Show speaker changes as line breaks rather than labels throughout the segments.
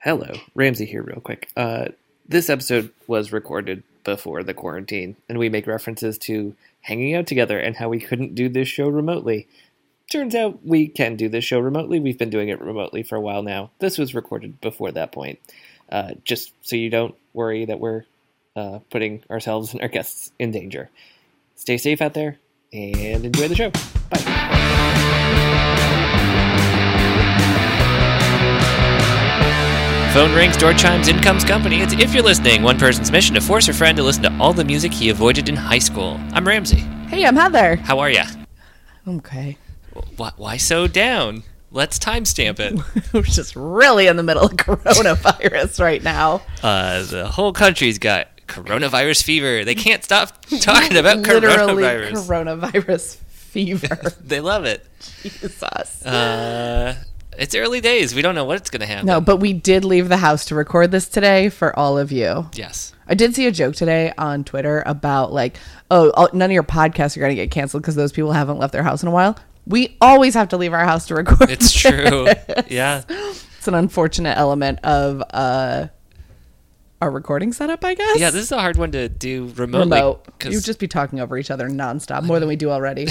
Hello, Ramsey here, real quick. Uh, this episode was recorded before the quarantine, and we make references to hanging out together and how we couldn't do this show remotely. Turns out we can do this show remotely. We've been doing it remotely for a while now. This was recorded before that point. Uh, just so you don't worry that we're uh, putting ourselves and our guests in danger. Stay safe out there and enjoy the show. Bye. Phone rings, door chimes, in comes company. It's if you're listening, one person's mission to force a friend to listen to all the music he avoided in high school. I'm Ramsey.
Hey, I'm Heather.
How are ya?
Okay.
Why, why so down? Let's timestamp it.
We're just really in the middle of coronavirus right now.
Uh, the whole country's got coronavirus fever. They can't stop talking about
Literally
coronavirus.
coronavirus fever.
they love it.
Jesus.
Uh, it's early days. We don't know what's going to happen.
no, but we did leave the house to record this today for all of you.
Yes.
I did see a joke today on Twitter about like, oh, all- none of your podcasts are going to get canceled because those people haven't left their house in a while. We always have to leave our house to record.
It's true. yeah.
It's an unfortunate element of uh, our recording setup, I guess.
Yeah, this is a hard one to do remotely.
remote.
'cause-
You'd just be talking over each other nonstop, more than we do already.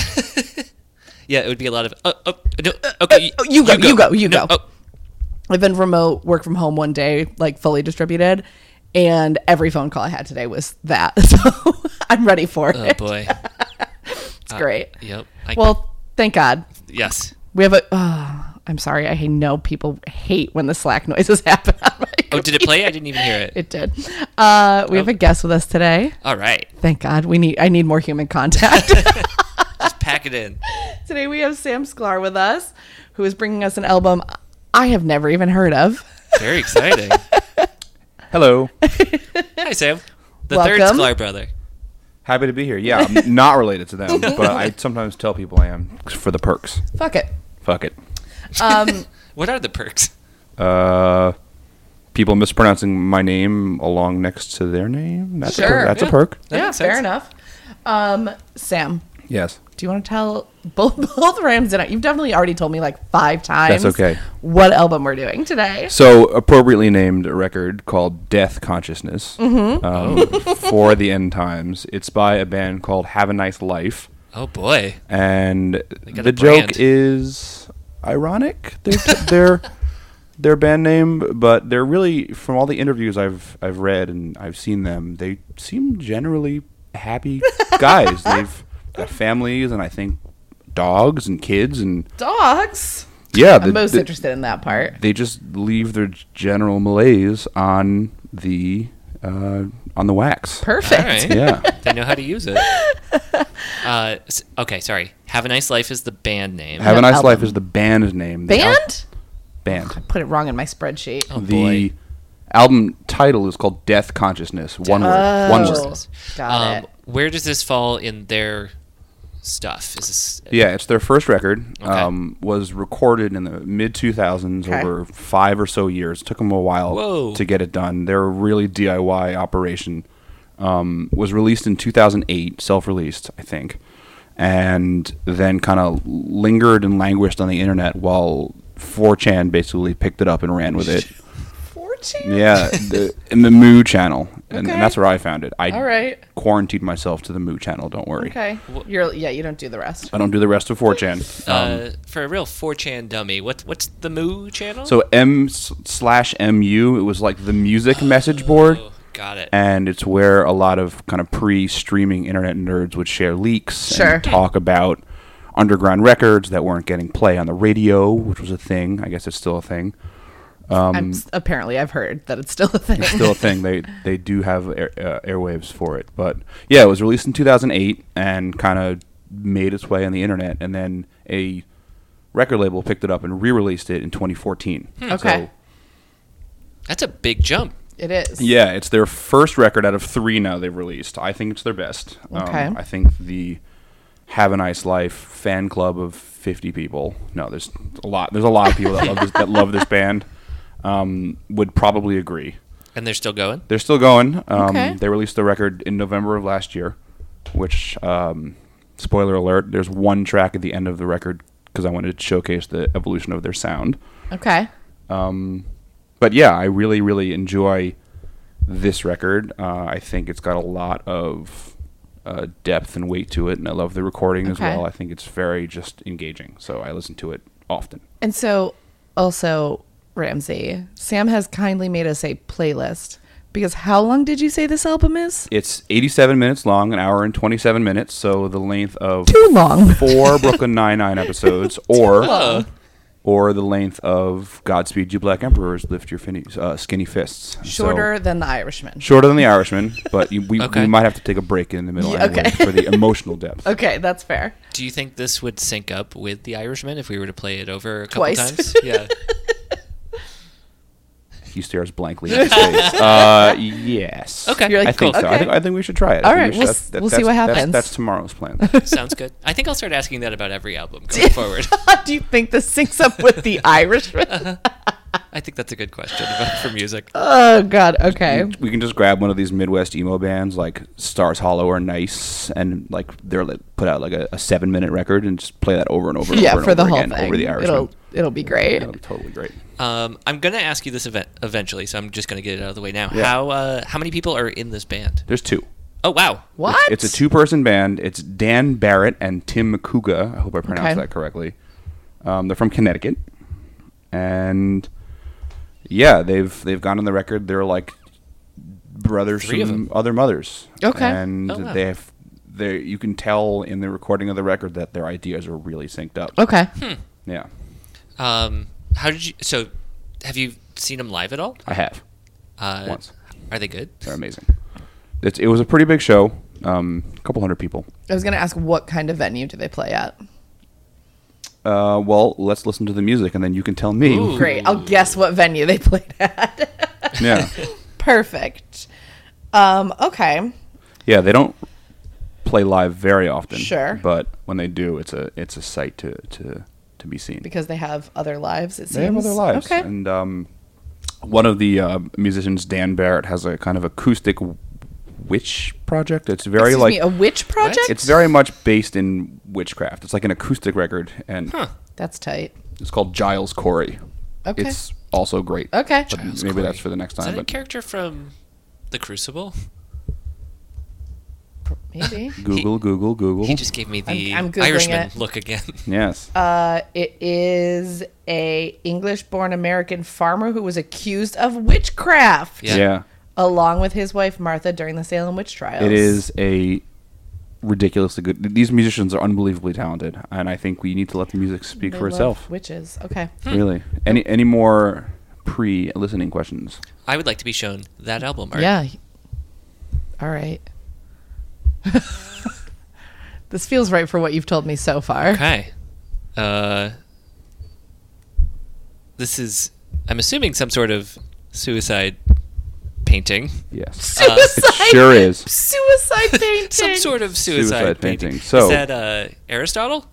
yeah, it would be a lot of. Oh, oh, no, okay.
oh, you go, you go, you
No,
go.
oh,
I've been remote work from home one day, like fully distributed, and every phone call I had today was that. So I'm ready for it.
oh, boy.
It's great.
Yep. I,
Well, thank God.
yes.
We have a. Oh, I'm sorry. I know people hate when the Slack noises happen. on
Oh,
my
did Oh. it
computer.
play? I didn't even hear it.
It did. Uh, we have a guest with us today.
All right.
Thank God. We need. I need more human contact.
Just pack it in.
today we have Sam Sklar with us, who is bringing us an album I have never even heard of.
Very exciting.
Hello.
Hi, Sam. The
Welcome.
third Sklar brother.
Happy to be here. Yeah, I'm not related to them, but I sometimes tell people I am for the perks.
Fuck it.
Fuck it.
What are the perks?
Uh, people mispronouncing my name along next to their name. That's a
Sure.
perk. That's
Yeah.
a perk.
That
yeah,
makes
fair
sense.
enough. Um, Sam,
Yes.
do you want to tell both both Rams and I? You've definitely already told me like five times.
okay.
What album we're doing today?
So appropriately named a record called Death Consciousness um, for the end times. It's by a band called Have a Nice Life,
Oh, boy.
and
got
the
a brand.
joke is ironic. They're t- they're their band name, but they're really from all the interviews I've I've read and I've seen them. They seem generally happy guys. They've got families and I think dogs and kids and
Dogs.
yeah.
I'm
the-
most
the-
interested in that part.
They just leave their general malaise on the uh, on the wax.
Perfect.
All right.
Yeah.
They know how to use it. Uh, s- okay, sorry. Have a Nice Life is the band name.
Have
No
a nice
album.
life is the band name. The al-
Band?
band.
Put it wrong in my spreadsheet.
oh,
the
boy.
album title is called Death Consciousness. One word. One word.
Oh, Got it.
um, Where does this fall in their stuff? Is this uh,
Yeah, it's their first record.
Okay.
Um, was recorded in the mid 2000s
Okay.
over five or so years. Took them a while
Whoa.
to get it done. They're a really DIY operation. Um, was released in 2008, self-released, I think, and then kind of lingered and languished on the internet while 4chan basically picked it up and ran with it.
Fortune.
Yeah, the, in the Moo channel, and,
Okay.
and that's where I found it. I
All right.
quarantined myself to the Moo channel. Don't worry,
Okay. You're yeah. You don't do the rest.
I don't do the rest of 4chan. Um,
uh, for a real 4chan dummy? What what's the Moo channel?
so M s- slash MU, it was like the music message board,
oh, got it.
and it's where a lot of kind of pre-streaming internet nerds would share leaks
Sure.
and talk about underground records that weren't getting play on the radio, which was a thing. I guess it's still a thing.
I'm, apparently, I've heard that it's still a thing.
Um, still a thing. They they do have air, uh, airwaves for it, but yeah, it was released in 2008 and kind of made its way on the internet, and then a record label picked it up and re-released it in 2014.
Hmm. Okay.
That's a big jump.
it is.
yeah, it's their first record out of three now they've released. I think it's their best. Um,
Okay.
I think the Have a Nice Life fan club of 50 people. No, there's a lot. There's a lot of people that love this, that love this band. Um, would probably agree.
And they're still going?
They're still going. Um,
Okay.
They released the record in November of last year, which, um, spoiler alert, there's one track at the end of the record because I wanted to showcase the evolution of their sound.
Okay.
but yeah, I really really enjoy this record. Uh, I think it's got a lot of uh, depth and weight to it, and I love the recording as
Okay.
well. I think it's very just engaging, so I listen to it often.
And so, also, Ramsey, Sam has kindly made us a playlist because how long did you say this album is?
It's 87 minutes long, an hour and 27 minutes, so the length of
Too long.
four Brooklyn Nine Nine episodes, or or the length of Godspeed You Black Emperors, Lift Your Finny, uh, Skinny Fists. So-
Shorter than The Irishman.
shorter than the Irishman, but you, we,
Okay.
we might have to take a break in the middle
Yeah,
anyway
okay.
for the emotional depth.
Okay, that's fair.
Do you think this would sync up with The Irishman if we were to play it over a couple
Twice.
times? Yeah.
He stares blankly into space. Uh, yes.
Okay.
You're like,
I think
cool.
so. I
Okay.
think, I think we should try it. I
All
think
right,
we
we'll
should-
s- we'll see what
that's-
happens.
That's, tomorrow's plan.
Sounds good. I think I'll start asking that about every album going forward.
Do you think this syncs up with The Irishman?
I think that's a good question about- for music.
Oh, God. Okay.
We can just grab one of these Midwest emo bands like Stars Hollow or Nice, and like they're like, put out like a, a seven minute record and just play that over and over. And
Yeah,
over and
for the
over
whole
again
thing.
over the Irishman.
it'll, it'll be great.
That'll be totally great.
Um, I'm gonna ask you this event eventually, so I'm just gonna get it out of the way now.
Yeah.
How uh, how many people are in this band?
There's two.
Oh wow,
What?
It's a two person band. It's Dan Barrett and Tim Makuga. I hope I pronounced
Okay.
that correctly. Um, they're from Connecticut, and yeah, they've they've gone on the record. They're like brothers
Three of
from other mothers.
Okay.
and
Oh, wow.
they've they you can tell in the recording of the record that their ideas are really synced up.
Okay.
Yeah,
Um, how did you? So, have you seen them live at all?
I have.
Uh,
Once.
Are they good?
They're amazing. It's, it was a pretty big show. Um, a couple hundred people.
I was going to ask what kind of venue do they play at?
Uh, well, let's listen to the music, and then you can tell me.
Ooh.
Great. I'll guess what venue they played at.
Yeah.
Perfect. Um, okay.
Yeah, they don't play live very often.
Sure.
But when they do, it's a it's a sight to to to be seen.
Because they have other lives, it seems.
they have other lives.
Okay.
And um, one of the uh, musicians, Dan Barrett, has a kind of acoustic w- witch project. It's very
Excuse
like
me, a witch project?
it's very much based in witchcraft. It's like an acoustic record, and
That's tight.
it's called Giles Corey.
Okay.
It's also great.
Okay.
But
Giles
maybe
Corey.
that's for the next
Is
time.
that a
But
character from The Crucible?
Maybe.
Google, Google, Google.
He just gave me the
I'm Googling
Irishman
it.
look again.
yes.
Uh, it is a English-born American farmer who was accused of witchcraft,
Yeah.
yeah.
along with his wife Martha during the Salem witch trials.
It is a ridiculously good. These musicians are unbelievably talented, and I think we need to let the music speak
They
for
love
itself.
Witches. Okay.
Hmm.
Really. Any any more pre-listening questions?
I would like to be shown that album art.
Yeah. All right. this feels right for what you've told me so far.
Okay. Uh, this is, I'm assuming, some sort of suicide painting.
Yes.
Uh,
It sure is.
Suicide painting.
some sort of suicide,
Suicide
painting.
painting. So-
is that uh, Aristotle?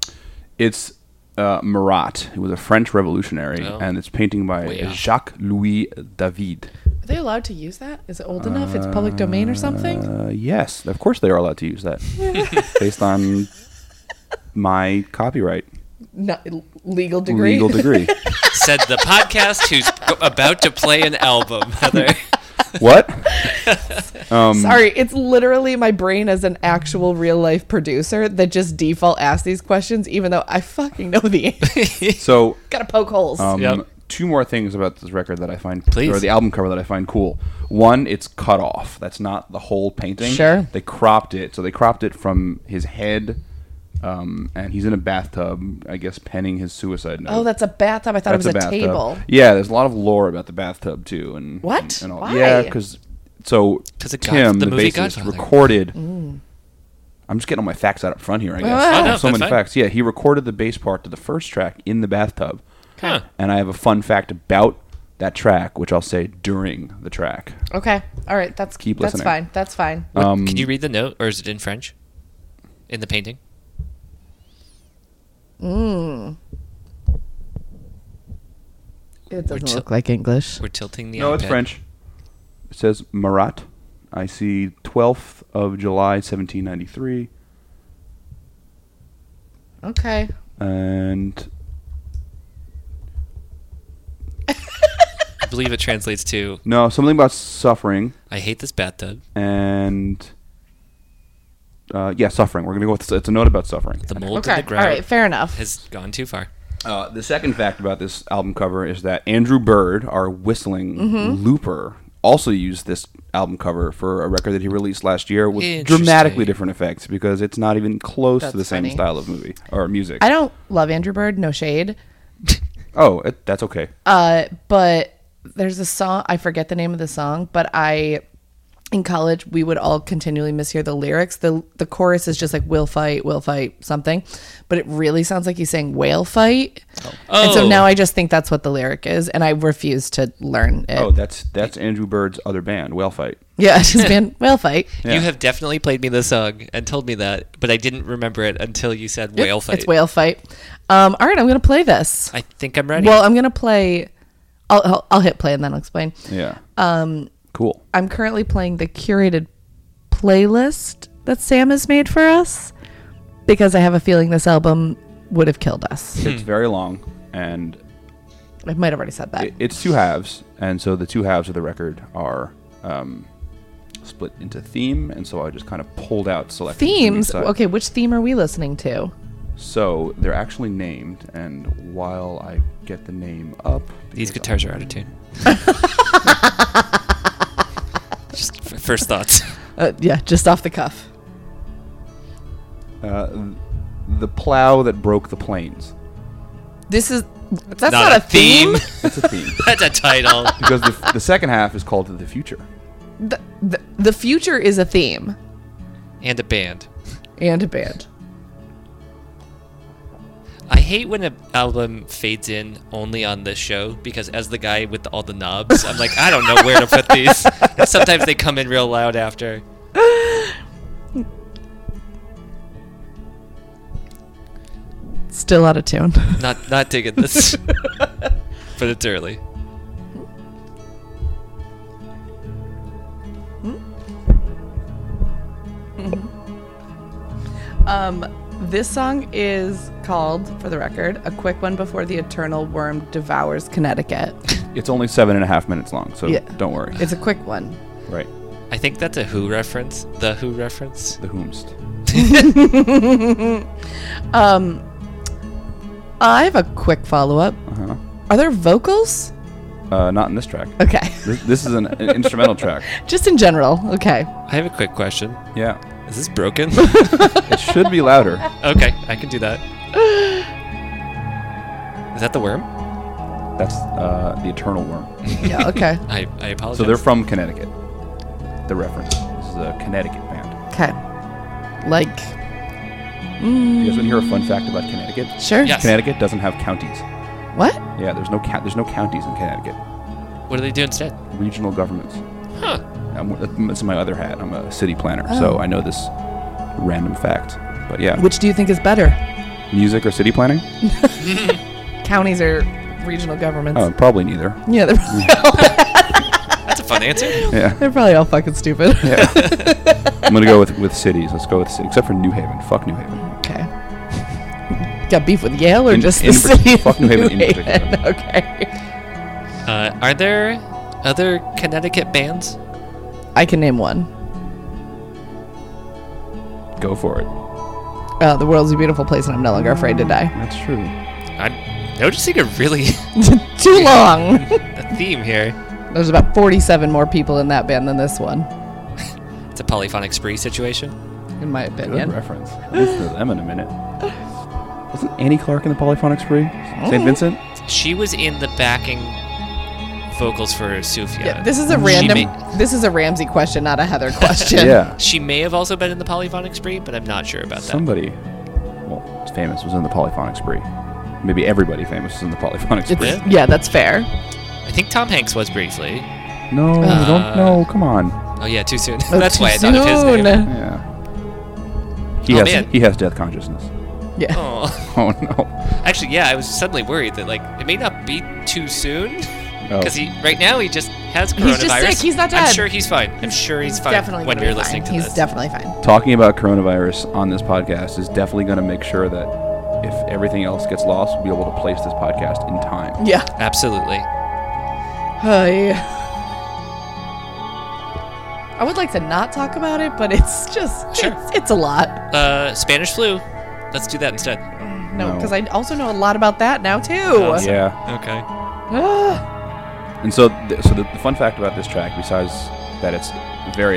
It's uh, Marat, who was a French revolutionary,
Oh.
and it's painting by
Way up.
Jacques Louis David.
Are they allowed to use that? Is it old enough? It's public domain or something?
Uh, yes, of course they are allowed to use that, based on my copyright
No, legal degree.
legal degree.
Said the podcast who's go- about to play an album, Heather.
what? Um,
Sorry, it's literally my brain as an actual real life producer that just default asks these questions, even though I fucking know the answer.
So
Gotta poke holes.
Um,
Yep.
Two more things about this record that I find,
Please.
or the album cover that I find cool. One, it's cut off. That's not the whole painting.
Sure.
They cropped it, so they cropped it from his head, um, and he's in a bathtub, I guess, penning his suicide note.
oh, that's a bathtub. I thought it was a,
bathtub.
table.
Yeah, there's a lot of lore about the bathtub too, and
What?
And, and all.
Why?
Yeah, because so
'Cause of God-
Tim,
the
the,
movie
bassist,
Godfather.
recorded.
Mm.
I'm just getting all my facts out up front here. I guess
Oh,
I
no,
have so
that's
many
fine.
facts. Yeah, he recorded the bass part to the first track in the bathtub,
Huh.
and I have a fun fact about that track, which I'll say during the track. Um,
Okay. All right. That's
Keep
that's
listening.
fine. That's fine.
What- can you read the note, or is it in French? In the painting?
Mm. It doesn't
t-
look like English.
We're tilting the
No, it's
iPad.
French. It says Marat. I see 12th of July, 1793.
Okay.
and
believe it translates to
No, something about suffering
I hate this bathtub.
and uh, yeah, suffering. We're gonna go with it's a note about suffering.
The mold
Okay.
and the
All
grout
right. Fair enough.
has gone too far.
Uh, the second fact about this album cover is that Andrew Bird, our whistling looper, also used this album cover for a record that he released last year with
Interesting.
dramatically different effects because it's not even close to the
That's
same
funny.
style of movie or music.
I don't love Andrew Bird. No shade.
oh, it, that's okay.
Uh, but there's a song I forget the name of the song, but I in college we would all continually mishear the lyrics. the The chorus is just like "we'll fight, we'll fight" something, but it really sounds like he's saying "whale fight." And so
Oh.
now I just think that's what the lyric is, and I refuse to learn it.
oh, that's that's Andrew Bird's other band, Whale Fight.
Yeah, it's just been "whale fight."
Yeah.
You have definitely played me the song and told me that, but I didn't remember it until you said whale fight.
It's "whale fight." Um, all right, I'm gonna play this.
I think I'm ready.
Well, I'm gonna play. I'll, I'll I'll hit play and then I'll explain.
Yeah. Um. Cool.
I'm currently playing the curated playlist that Sam has made for us because I have a feeling this album would have killed us.
It's very long, and
I might have already said that.
it, it's two halves, and so the two halves of the record are um, split into theme, and so I just kind of pulled out selections. from each
Themes.
side.
Okay, which theme are we listening to?
So they're actually named, and while I get the name up,
These
because
guitars are out of tune. Just f- first thoughts.
Uh, yeah, just off the cuff.
I'm- uh, the plow that broke the plains.
This is. That's not, a theme.
That's a theme
That's a title.
because the, the second half is called the future.
The, the, the future is a theme
and a band.
and a band.
I hate when an album fades in only on this show because, as the guy with all the knobs, I'm like, I don't know where to put these. And sometimes they come in real loud after.
Still out of tune.
Not not digging this, but it's early.
This song is called, for the record, A Quick One Before the Eternal Worm Devours Connecticut.
It's only seven and a half minutes long, so
Yeah.
don't worry.
It's a quick one.
right,
I think that's a Who reference. The Who reference.
the whomst.
I have a quick follow up.
Uh-huh.
Are there vocals?
Uh, not in this track.
Okay.
This, this is an, an instrumental track.
Just in general. Okay.
I have a quick question.
Yeah,
Is this broken?
it should be louder.
okay, I can do that. Is that the worm?
That's uh, the eternal worm.
Yeah, okay.
I, I apologize.
So they're from Connecticut. The reference. This is a Connecticut band.
Okay. Like,
You guys want to hear a fun fact about Connecticut?
sure.
Yes.
Connecticut doesn't have counties.
What?
Yeah, there's no ca- there's no counties in Connecticut.
What do they do instead?
Regional governments.
Huh.
I'm, that's my other hat. I'm a city planner, so I know this random fact. But yeah,
Which do you think is better?
music or city planning?
Counties or regional governments?
Oh, probably neither.
Yeah, they're probably,
That's a fun answer.
Yeah,
they're probably all fucking stupid.
I'm gonna go with with cities. Let's go with city, except for New Haven. Fuck New Haven.
Okay. Got beef with Yale or
In-
just
in
the
partic-
city? of
fuck New Haven in particular.
Okay.
Uh, are there other Connecticut bands?
I can name one.
Go for it.
Uh, the world's a beautiful place and I'm no longer afraid to die.
That's true.
I'm noticing a really
Too long.
a theme here.
There's about 47 more people in that band than this one,
It's a polyphonic spree situation.
in my
Good
opinion.
reference. Listen to them in a minute. Wasn't Annie Clark in the Polyphonic Spree?
Oh.
St. Vincent?
She was in the backing vocals for Sufjan.
Yeah, this is a
She
random.
may-
this is a Ramsey question, not a Heather question.
Yeah.
She may have also been in the polyphonic spree, but I'm not sure about that.
Somebody, well, it's famous, was in the Polyphonic Spree. Maybe everybody famous was in the Polyphonic Spree.
It's, yeah, that's fair.
I think Tom Hanks was briefly.
No,
Uh,
don't. No, come on.
Oh yeah, too soon.
Oh,
That's
too
why I thought of his name.
soon.
Yeah. He
Oh,
has.
man.
He has death consciousness.
Yeah.
Oh,
Oh no.
actually, yeah. I was suddenly worried that like it may not be too soon
Oh.
because he right now he just has coronavirus.
He's just sick. He's not
I'm
dead.
sure he's fine. I'm sure he's fine.
Definitely.
when
gonna be
you're
fine.
listening to
He's
this,
definitely fine.
Talking about coronavirus on this podcast is definitely going to make sure that if everything else gets lost, we'll be able to place this podcast in time.
Yeah.
absolutely.
Hi. I would like to not talk about it, but it's just
Sure.
it's, it's a lot.
Uh, Spanish flu. Let's do that instead.
No,
No.
because I also know a lot about that now too.
Oh,
Yeah.
Okay.
Ah.
And so, th- so the, the fun fact about this track, besides that it's very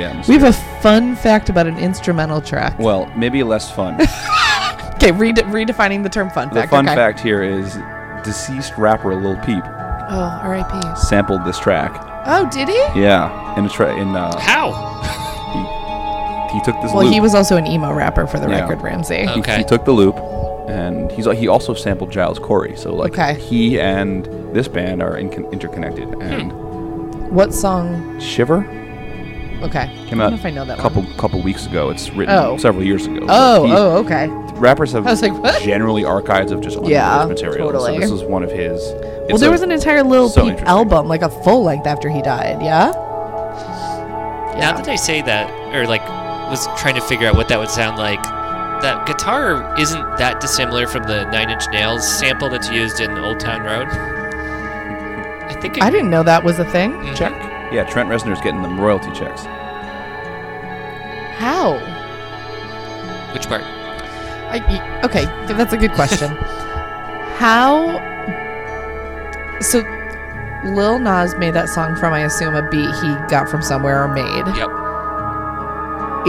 we
atmospheric,
have a fun fact about an instrumental track.
well, maybe less fun.
Okay, rede- redefining the term fun
the
fact.
fun
okay.
fact here is deceased rapper Lil Peep
Oh, R.I.P.
sampled this track.
Oh, did he?
Yeah, in a tra- in uh,
How?
he took this
Well,
loop.
he was also an emo rapper for the
Yeah.
record, Ramsey.
He-
Okay.
He, took the loop, and he's he also sampled Giles Corey. So like
Okay.
he and this band are in- interconnected. And
What song?
Shiver
Okay.
came
I don't
out
know if I know that
a couple
one.
couple weeks ago. It's written
Oh.
several years ago.
Oh,
He-
oh, okay.
Rappers have
I was like, what?
generally archives of just unreleased
Yeah,
material.
totally.
So this was one of his.
Well, there was an entire Lil
so
Peep
interesting.
album, like a full length after he died. Yeah.
Now that I say that, or like, was trying to figure out what that would sound like. That guitar isn't that dissimilar from the Nine Inch Nails sample that's used in Old Town Road. I think. It, Mm-hmm.
I didn't know that was a thing.
check. Yeah, Trent Reznor's getting them royalty checks.
How?
Which part?
I, y- okay, th- that's a good question. How? So, Lil Nas made that song from, I assume, a beat he got from somewhere or made
Yep.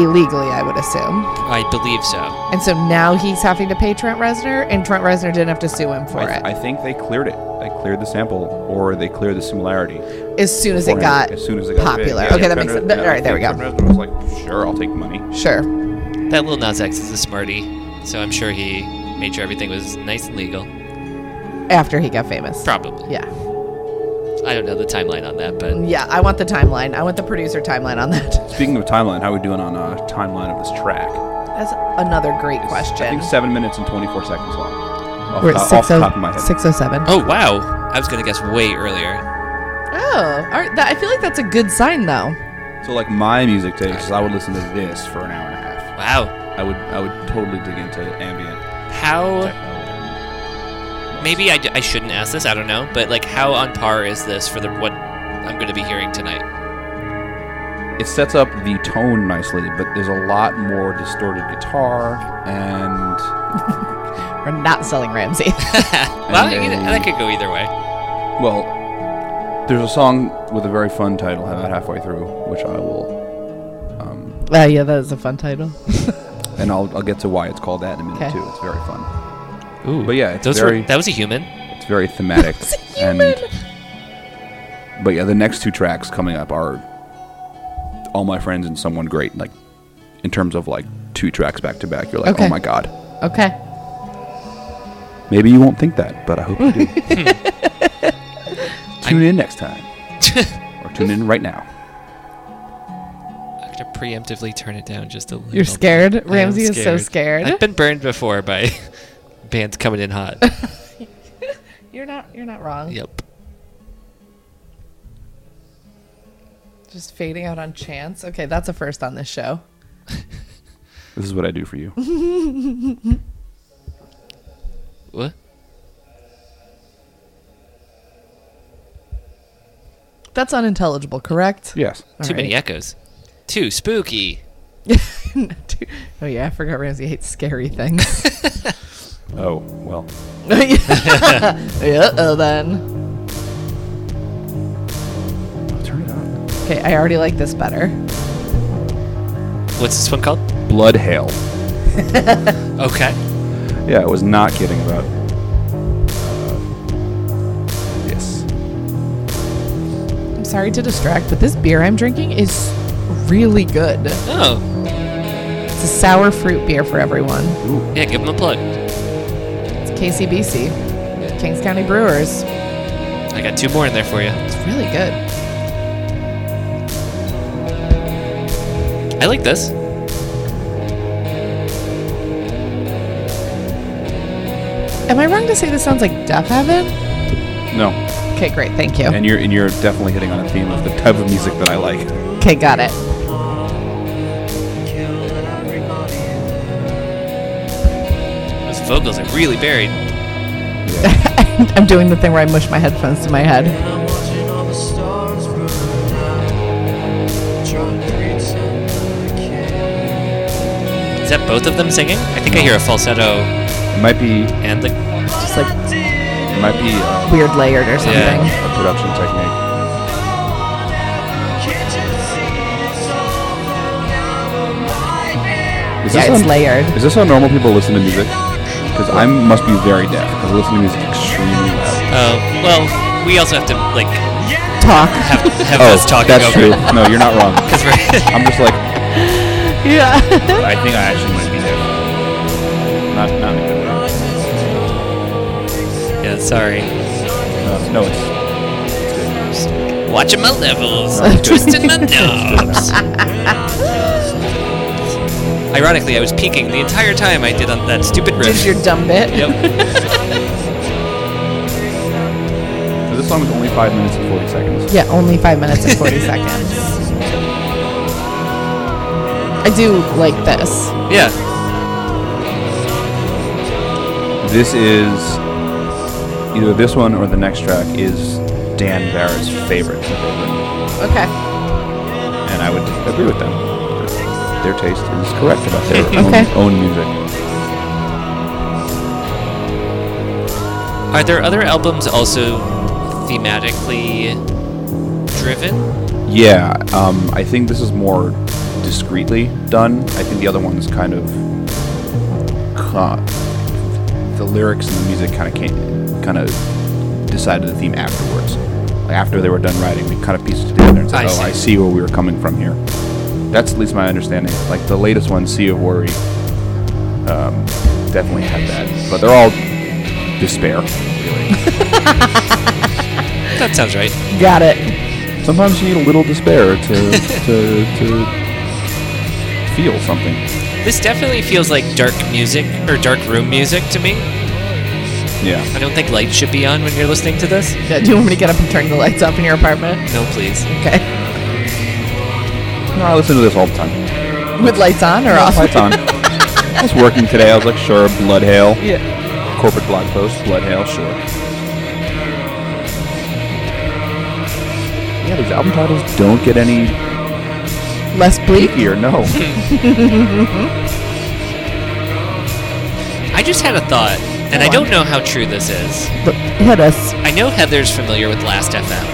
illegally, I would assume.
I believe so.
And so now he's having to pay Trent Reznor, and Trent Reznor didn't have to sue him for
I,
it
I think they cleared it. They cleared the sample, or they cleared the similarity.
as soon as it
beforehand,
got
as soon as it got big.
popular.
Yeah,
okay,
yeah,
that
Trent
makes sense.
Reznor-
Th-
yeah,
All right, there we
I
go.
think Trent Reznor was like, sure, I'll take money.
Sure.
That Lil Nas X is a smarty, so I'm sure he made sure everything was nice and legal.
After he got famous.
Probably.
Yeah.
I don't know the timeline on that, but
Yeah, I want the timeline. I want the producer timeline on that.
Speaking of timeline, how are we doing on a timeline of this track?
That's another great
I
question.
think seven minutes and twenty-four seconds long. Off,
We're
the-
at
off the top of my head.
607.
oh wow, I was gonna guess way earlier.
Oh, all right. That, I feel like that's a good sign, though.
So like my music taste is I would listen to this for an hour and a half.
Wow.
I would I would totally dig into ambient
How?
techno.
Maybe I, d- I shouldn't ask this. I don't know, but like, how on par is this for the what I'm gonna be hearing tonight?
It sets up the tone nicely, but there's a lot more distorted guitar and
We're not selling Ramsey.
Well, you know,
then-
that could go either way.
well, there's a song with a very fun title about halfway through, which I will
uh, yeah, that is a fun title.
and I'll, I'll get to why it's called that in a minute
Okay.
too. It's very fun.
Ooh,
But yeah, it's
those
very
were that was a human.
It's very thematic. and But yeah, the next two tracks coming up are All My Friends and Someone Great. Like in terms of like two tracks back to back, you're like,
Okay.
"Oh my god."
Okay.
Maybe you won't think that, but I hope you do. tune in next time. or tune in right now.
I have to preemptively turn it down just a little.
You're scared?
bit. I am
Ramsey is so scared.
I've been burned before by bands coming in hot.
You're not. You're not wrong.
yep.
Just fading out on chance. Okay, that's a first on this show.
This is what I do for you.
Mm-hmm.
What?
That's unintelligible, correct?
yes.
All
Too many
right.
echoes. Too spooky.
Too- oh yeah, I forgot Ramsey hates scary things.
Oh, well.
yeah. Oh then.
I'll turn it on.
Okay, I already like this better.
What's this one called?
Blood Hail.
Okay.
Yeah, I was not kidding about uh, Yes.
I'm sorry to distract, but this beer I'm drinking is really good. It's
Oh,
a sour fruit beer for everyone.
yeah. Give them a plug.
It's KCBC, Kings County Brewers.
I got two more in there for you.
It's really good.
I like this.
Am I wrong to say this sounds like Death Heaven?
No.
Okay, great, thank you.
And you're and you're definitely hitting on a theme of the type of music that I like.
Okay, got it.
Those vocals are really buried.
I'm doing the thing where I mush my headphones to my head.
I'm watching all the stars.
Is that both of them singing? I think I hear a falsetto
It might be
and the.
Just like
it might be uh,
weird layered or something.
Yeah.
a production technique. Is
Yeah, it's
how-
layered.
Is this how normal people listen to music? Because I must be very deaf because I listen to music extremely loud.
Oh, well, we also have to like
Talk.
have, have us talking
Oh, that's
over.
true. No, you're not wrong.
Because we're
I'm just like
Yeah.
I think I actually might be deaf. Not not in a good way.
yeah, sorry.
No, no, it's
Watching my levels,
No, it's good.
twisting my knobs. Ironically, I was peeking the entire time I did on that stupid riff.
Just your dumb bit.
yep.
so this song is only five minutes and forty seconds.
Yeah, only five minutes and 40 seconds. I do like this.
Yeah.
This is either this one or the next track is Dan Barrett's favorite, that they've written,
Okay.
and I would agree with them. Their taste is correct about their
Okay.
own, own music.
Are there other albums also thematically driven?
Yeah, um, I think this is more discreetly done. I think the other one's kind of ca- the lyrics and the music kind of came, kind of decided the theme afterwards. Like after they were done writing, we kind of pieced it together and said,
I
"Oh,
see.
I see where we were coming from here." That's at least my understanding. Like the latest one, "Sea of Worry," um, definitely had that, but they're all despair. Really,
That sounds right.
Got it.
sometimes you need a little despair to to, to feel something.
This definitely feels like dark music or dark room music to me.
Yeah.
I don't think lights should be on when you're listening to this.
Yeah, do you want me to get up and turn the lights off in your apartment?
No, please.
Okay.
No, I listen to this all the time.
With lights on or off?
Lights on. I was working today. I was like, sure, blood hail.
Yeah.
Corporate blog post, blood hail, sure. Yeah, these album titles don't get any
Less bleak?
geekier, no.
I just had a thought, and I
Go
don't
on.
know how true this is.
But hit us.
I know Heather's familiar with Last FM,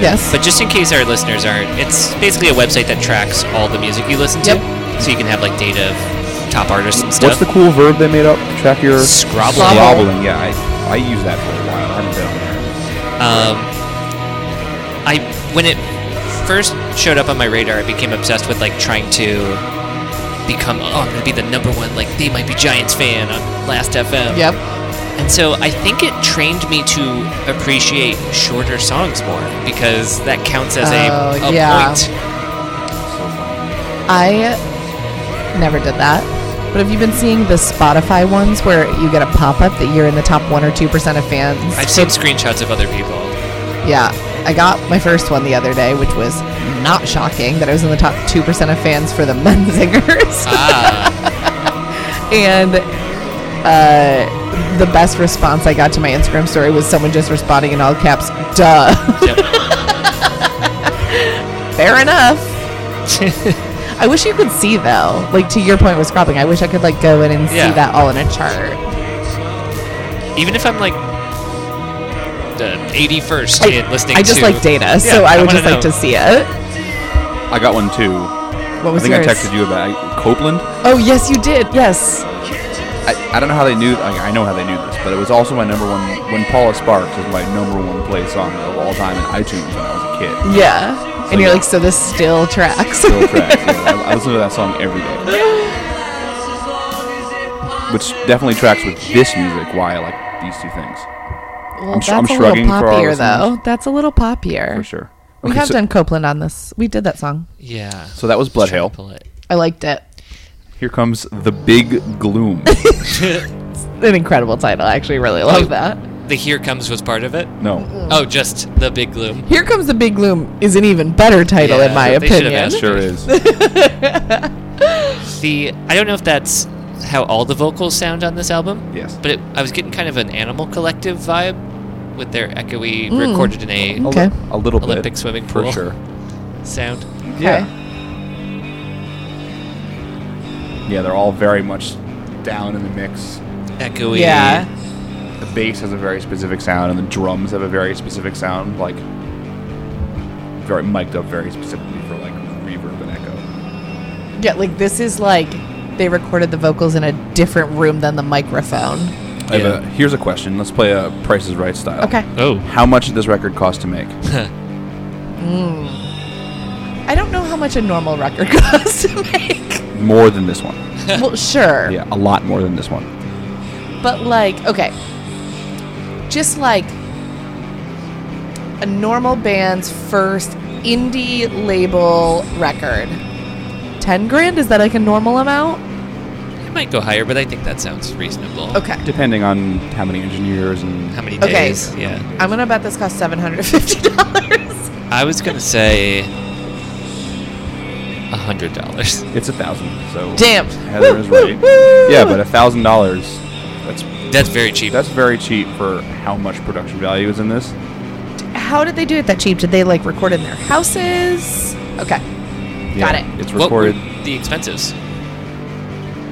Yes.
but just in case our listeners aren't, it's basically a website that tracks all the music you listen to, so you can have like data of top artists and
What's
stuff.
the cool verb they made up? Track your.
Scrobbling.
Scrobbling, yeah. I, I used that for a while. I haven't been on there.
um, I when it first showed up on my radar, I became obsessed with like trying to become. Oh, I'm gonna be the number one. Like they might be Giants fan on Last FM.
yep.
And so I think it trained me to appreciate shorter songs more because that counts as a,
Oh,
a
yeah.
point.
I never did that. But have you been seeing the Spotify ones where you get a pop up that you're in the top 1 or 2% of fans?
I've seen screenshots of other people.
Yeah, I got my first one the other day, which was not shocking that I was in the top 2% of fans for the men singers.
Ah,
and uh, the best response I got to my Instagram story was someone just responding in all caps, duh.
yep.
Fair enough. I wish you could see though. Like to your point with scrubbing, I wish I could like go in and
Yeah.
see that all in a chart.
even if I'm like the 81st
I,
in listening
I just
to-
like data,
Yeah,
so I would
wanna
just like
know.
to see it.
I got one too.
What
I
was
think
yours?
I texted you about Copeland.
Oh yes, you did. Yes.
I, I don't know how they knew. I, I know how they knew this, but it was also my number one. When Paula Sparks was my number one play song of all time in iTunes when I was a kid.
Yeah. and you're
yeah.
like, so this still tracks.
Still tracks. yeah. I, I listen to that song every day, which definitely tracks with this music. Why I like these two things
Well,
I'm
that's
sh- I'm
a little
shrugging for our
poppier, though.
listeners.
That's a little poppier.
for sure.
We
Okay,
have
so,
done Copeland on this. We did that song.
Yeah.
So that was Blood
Trying to
Hail.
pull it.
I liked it.
Here comes the big gloom.
An incredible title. I actually really love that.
The Here Comes was part of it.
No,
Oh, just the big gloom.
Here Comes the Big Gloom is an even better title, in
Yeah,
my
they should have
opinion.
asked
sure is.
The I don't know if that's how all the vocals sound on this album,
Yes.
but it, I was getting kind of an Animal Collective vibe with their echoey
Mm.
recorded in a
Okay.
A little bit.
Olympic swimming
for
pool.
sure.
sound.
Okay.
Yeah. yeah, they're all very much down in the mix.
Echoey.
Yeah.
The bass has a very specific sound, and the drums have a very specific sound, like very mic'd up very specifically for like reverb and echo.
Yeah, like this is like they recorded the vocals in a different room than the microphone.
I have a-
Yeah.
here's a question. Let's play a Price is Right style.
Okay.
Oh.
How much did this record cost to make?
I don't know how much a normal record costs to make.
More than this one.
well, sure.
Yeah, a lot more than this one.
But like, okay. Just like a normal band's first indie label record. 10 grand is that like a normal amount?
It might go higher, but I think that sounds reasonable.
Okay.
Depending on how many engineers and
How many
Okay.
days? Yeah.
I'm going to bet this cost $750.
I was gonna say a hundred dollars.
It's a thousand. So
Damn.
Heather
Woo,
is
woo,
right.
woo.
Yeah, but a thousand dollars. That's
That's very cheap.
that's very cheap for how much production value is in this.
How did they do it that cheap? Did they like record in their houses? Okay. Got it.
It's
What were
recorded
the expenses?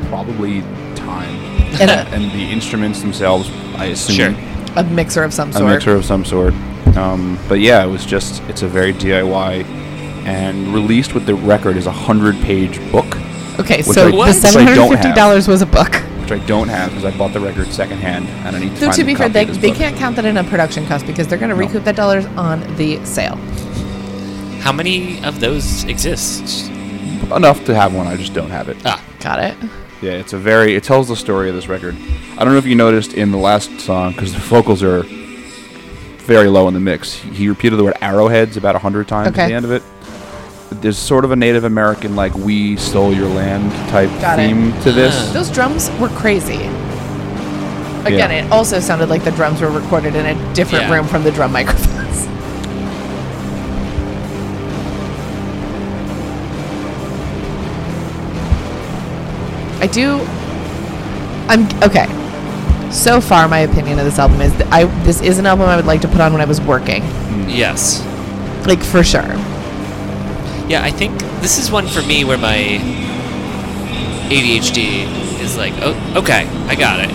probably time
And a,
and the instruments themselves. I assume
Sure.
a mixer of some
a
sort.
mixer of some sort. Um, but yeah, it was just it's a very DIY and released with the record is a hundred page book,
Okay,
Which
so
I-
the
What?
seven
which I
hundred
don't
fifty
have.
dollars was a book.
which I don't have because I bought the record secondhand and I need to
Though
find
to
the
be fair,
copy
they,
of this
they
book.
can't count that in a production cost because they're going to recoup that dollars on the sale.
How many of those exist?
enough to have one. I just don't have it.
Ah,
Got it.
Yeah, it's a very. It tells the story of this record. I don't know if you noticed in the last song because the vocals are very low in the mix. He repeated the word arrowheads about a hundred times
Okay.
at the end of it. There's sort of a Native American like "We stole your land" type
Got it.
theme to this.
Those drums were crazy. Again,
Yeah.
it also sounded like the drums were recorded in a different
Yeah.
room from the drum microphones. I do. I'm okay. So far, my opinion of this album is that I this is an album I would like to put on when I was working,
yes.
like for sure.
Yeah, I think this is one for me where my ADHD is like, oh, okay, I got it.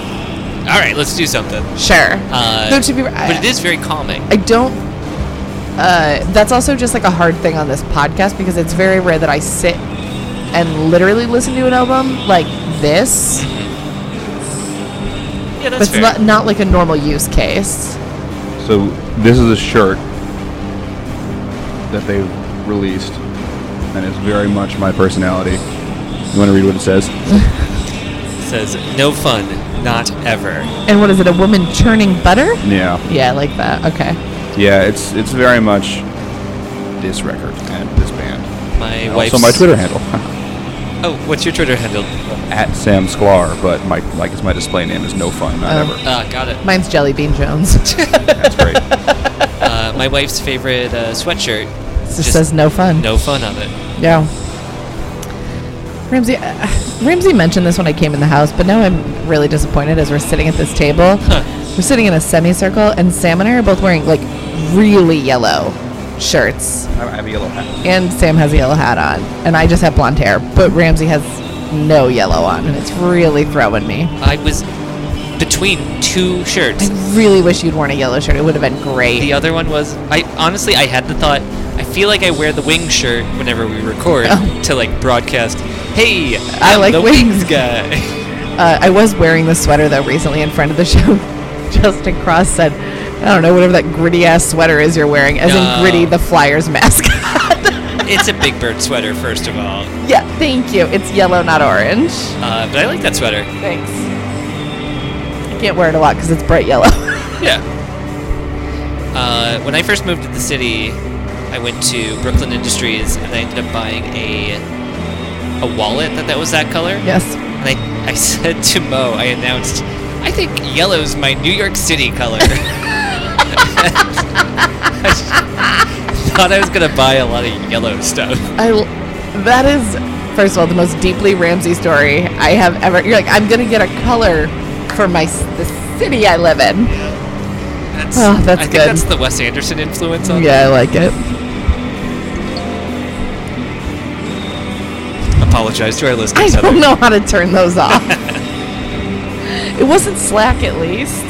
All right, let's do something.
Sure.
Uh,
Though to be,
But it is very calming.
I don't. Uh, that's also just like a hard thing on this podcast because it's very rare that I sit and literally listen to an album like this.
Yeah,
But
that's
it's
fair.
not, not like a normal use case.
So this is a shirt that they've released, and it's very much my personality. You want to read what it says?
Mm-hmm.
It says no fun, not ever.
And what is it? A woman churning butter?
Yeah.
Yeah, like that. Okay.
Yeah, it's it's very much this record and this band.
My
And
wife's
also my Twitter handle
Oh, what's your Twitter handle?
at Sam Sklar, but my like is my display name is no fun, not
Oh.
ever.
Uh, got it.
Mine's Jelly Bean Jones. it
That's great.
Uh, my wife's favorite uh, sweatshirt.
just says no fun.
no fun on it.
Yeah. Ramsey, uh, Ramsey mentioned this when I came in the house, but now I'm really disappointed as we're sitting at this table. We're sitting in a semicircle, and Sam and I are both wearing like really yellow shirts,
I have a yellow hat.
and Sam has a yellow hat on, and I just have blonde hair, but Ramsey has no yellow on, and it's really throwing me.
I was between two shirts.
I really wish you'd worn a yellow shirt; it would have been
The
great.
other one was I honestly I had the thought I feel like I wear the wing shirt whenever we record
Oh.
to like broadcast. Hey,
I
I'm
like
the
wings."
guy.
Uh, I was wearing this sweater though recently in front of the show. Justin Cross said, "I don't know, whatever that gritty ass sweater is you're wearing, as in
No.
gritty the Flyers mascot."
it's a Big Bird sweater, first of all,
Yeah, thank you. It's yellow, not orange.
uh, but I like that sweater.
Thanks. I can't wear it a lot because it's bright yellow.
Yeah. Uh, when I first moved to the city, I went to Brooklyn Industries and I ended up buying a a wallet that that was that color.
yes.
And I, I said to Mo, I announced, I think yellow's my New York City color. I thought I was gonna buy a lot of yellow stuff.
I. l- That is, first of all, the most deeply Ramsey story I have ever. You're like, I'm gonna get a color for my s- the city I live in.
That's,
Oh, that's
I think
good.
that's the Wes Anderson influence on
Yeah, I like it.
apologize to our
I
listeners.
don't
Heather.
know how to turn those off. it wasn't slack, at least.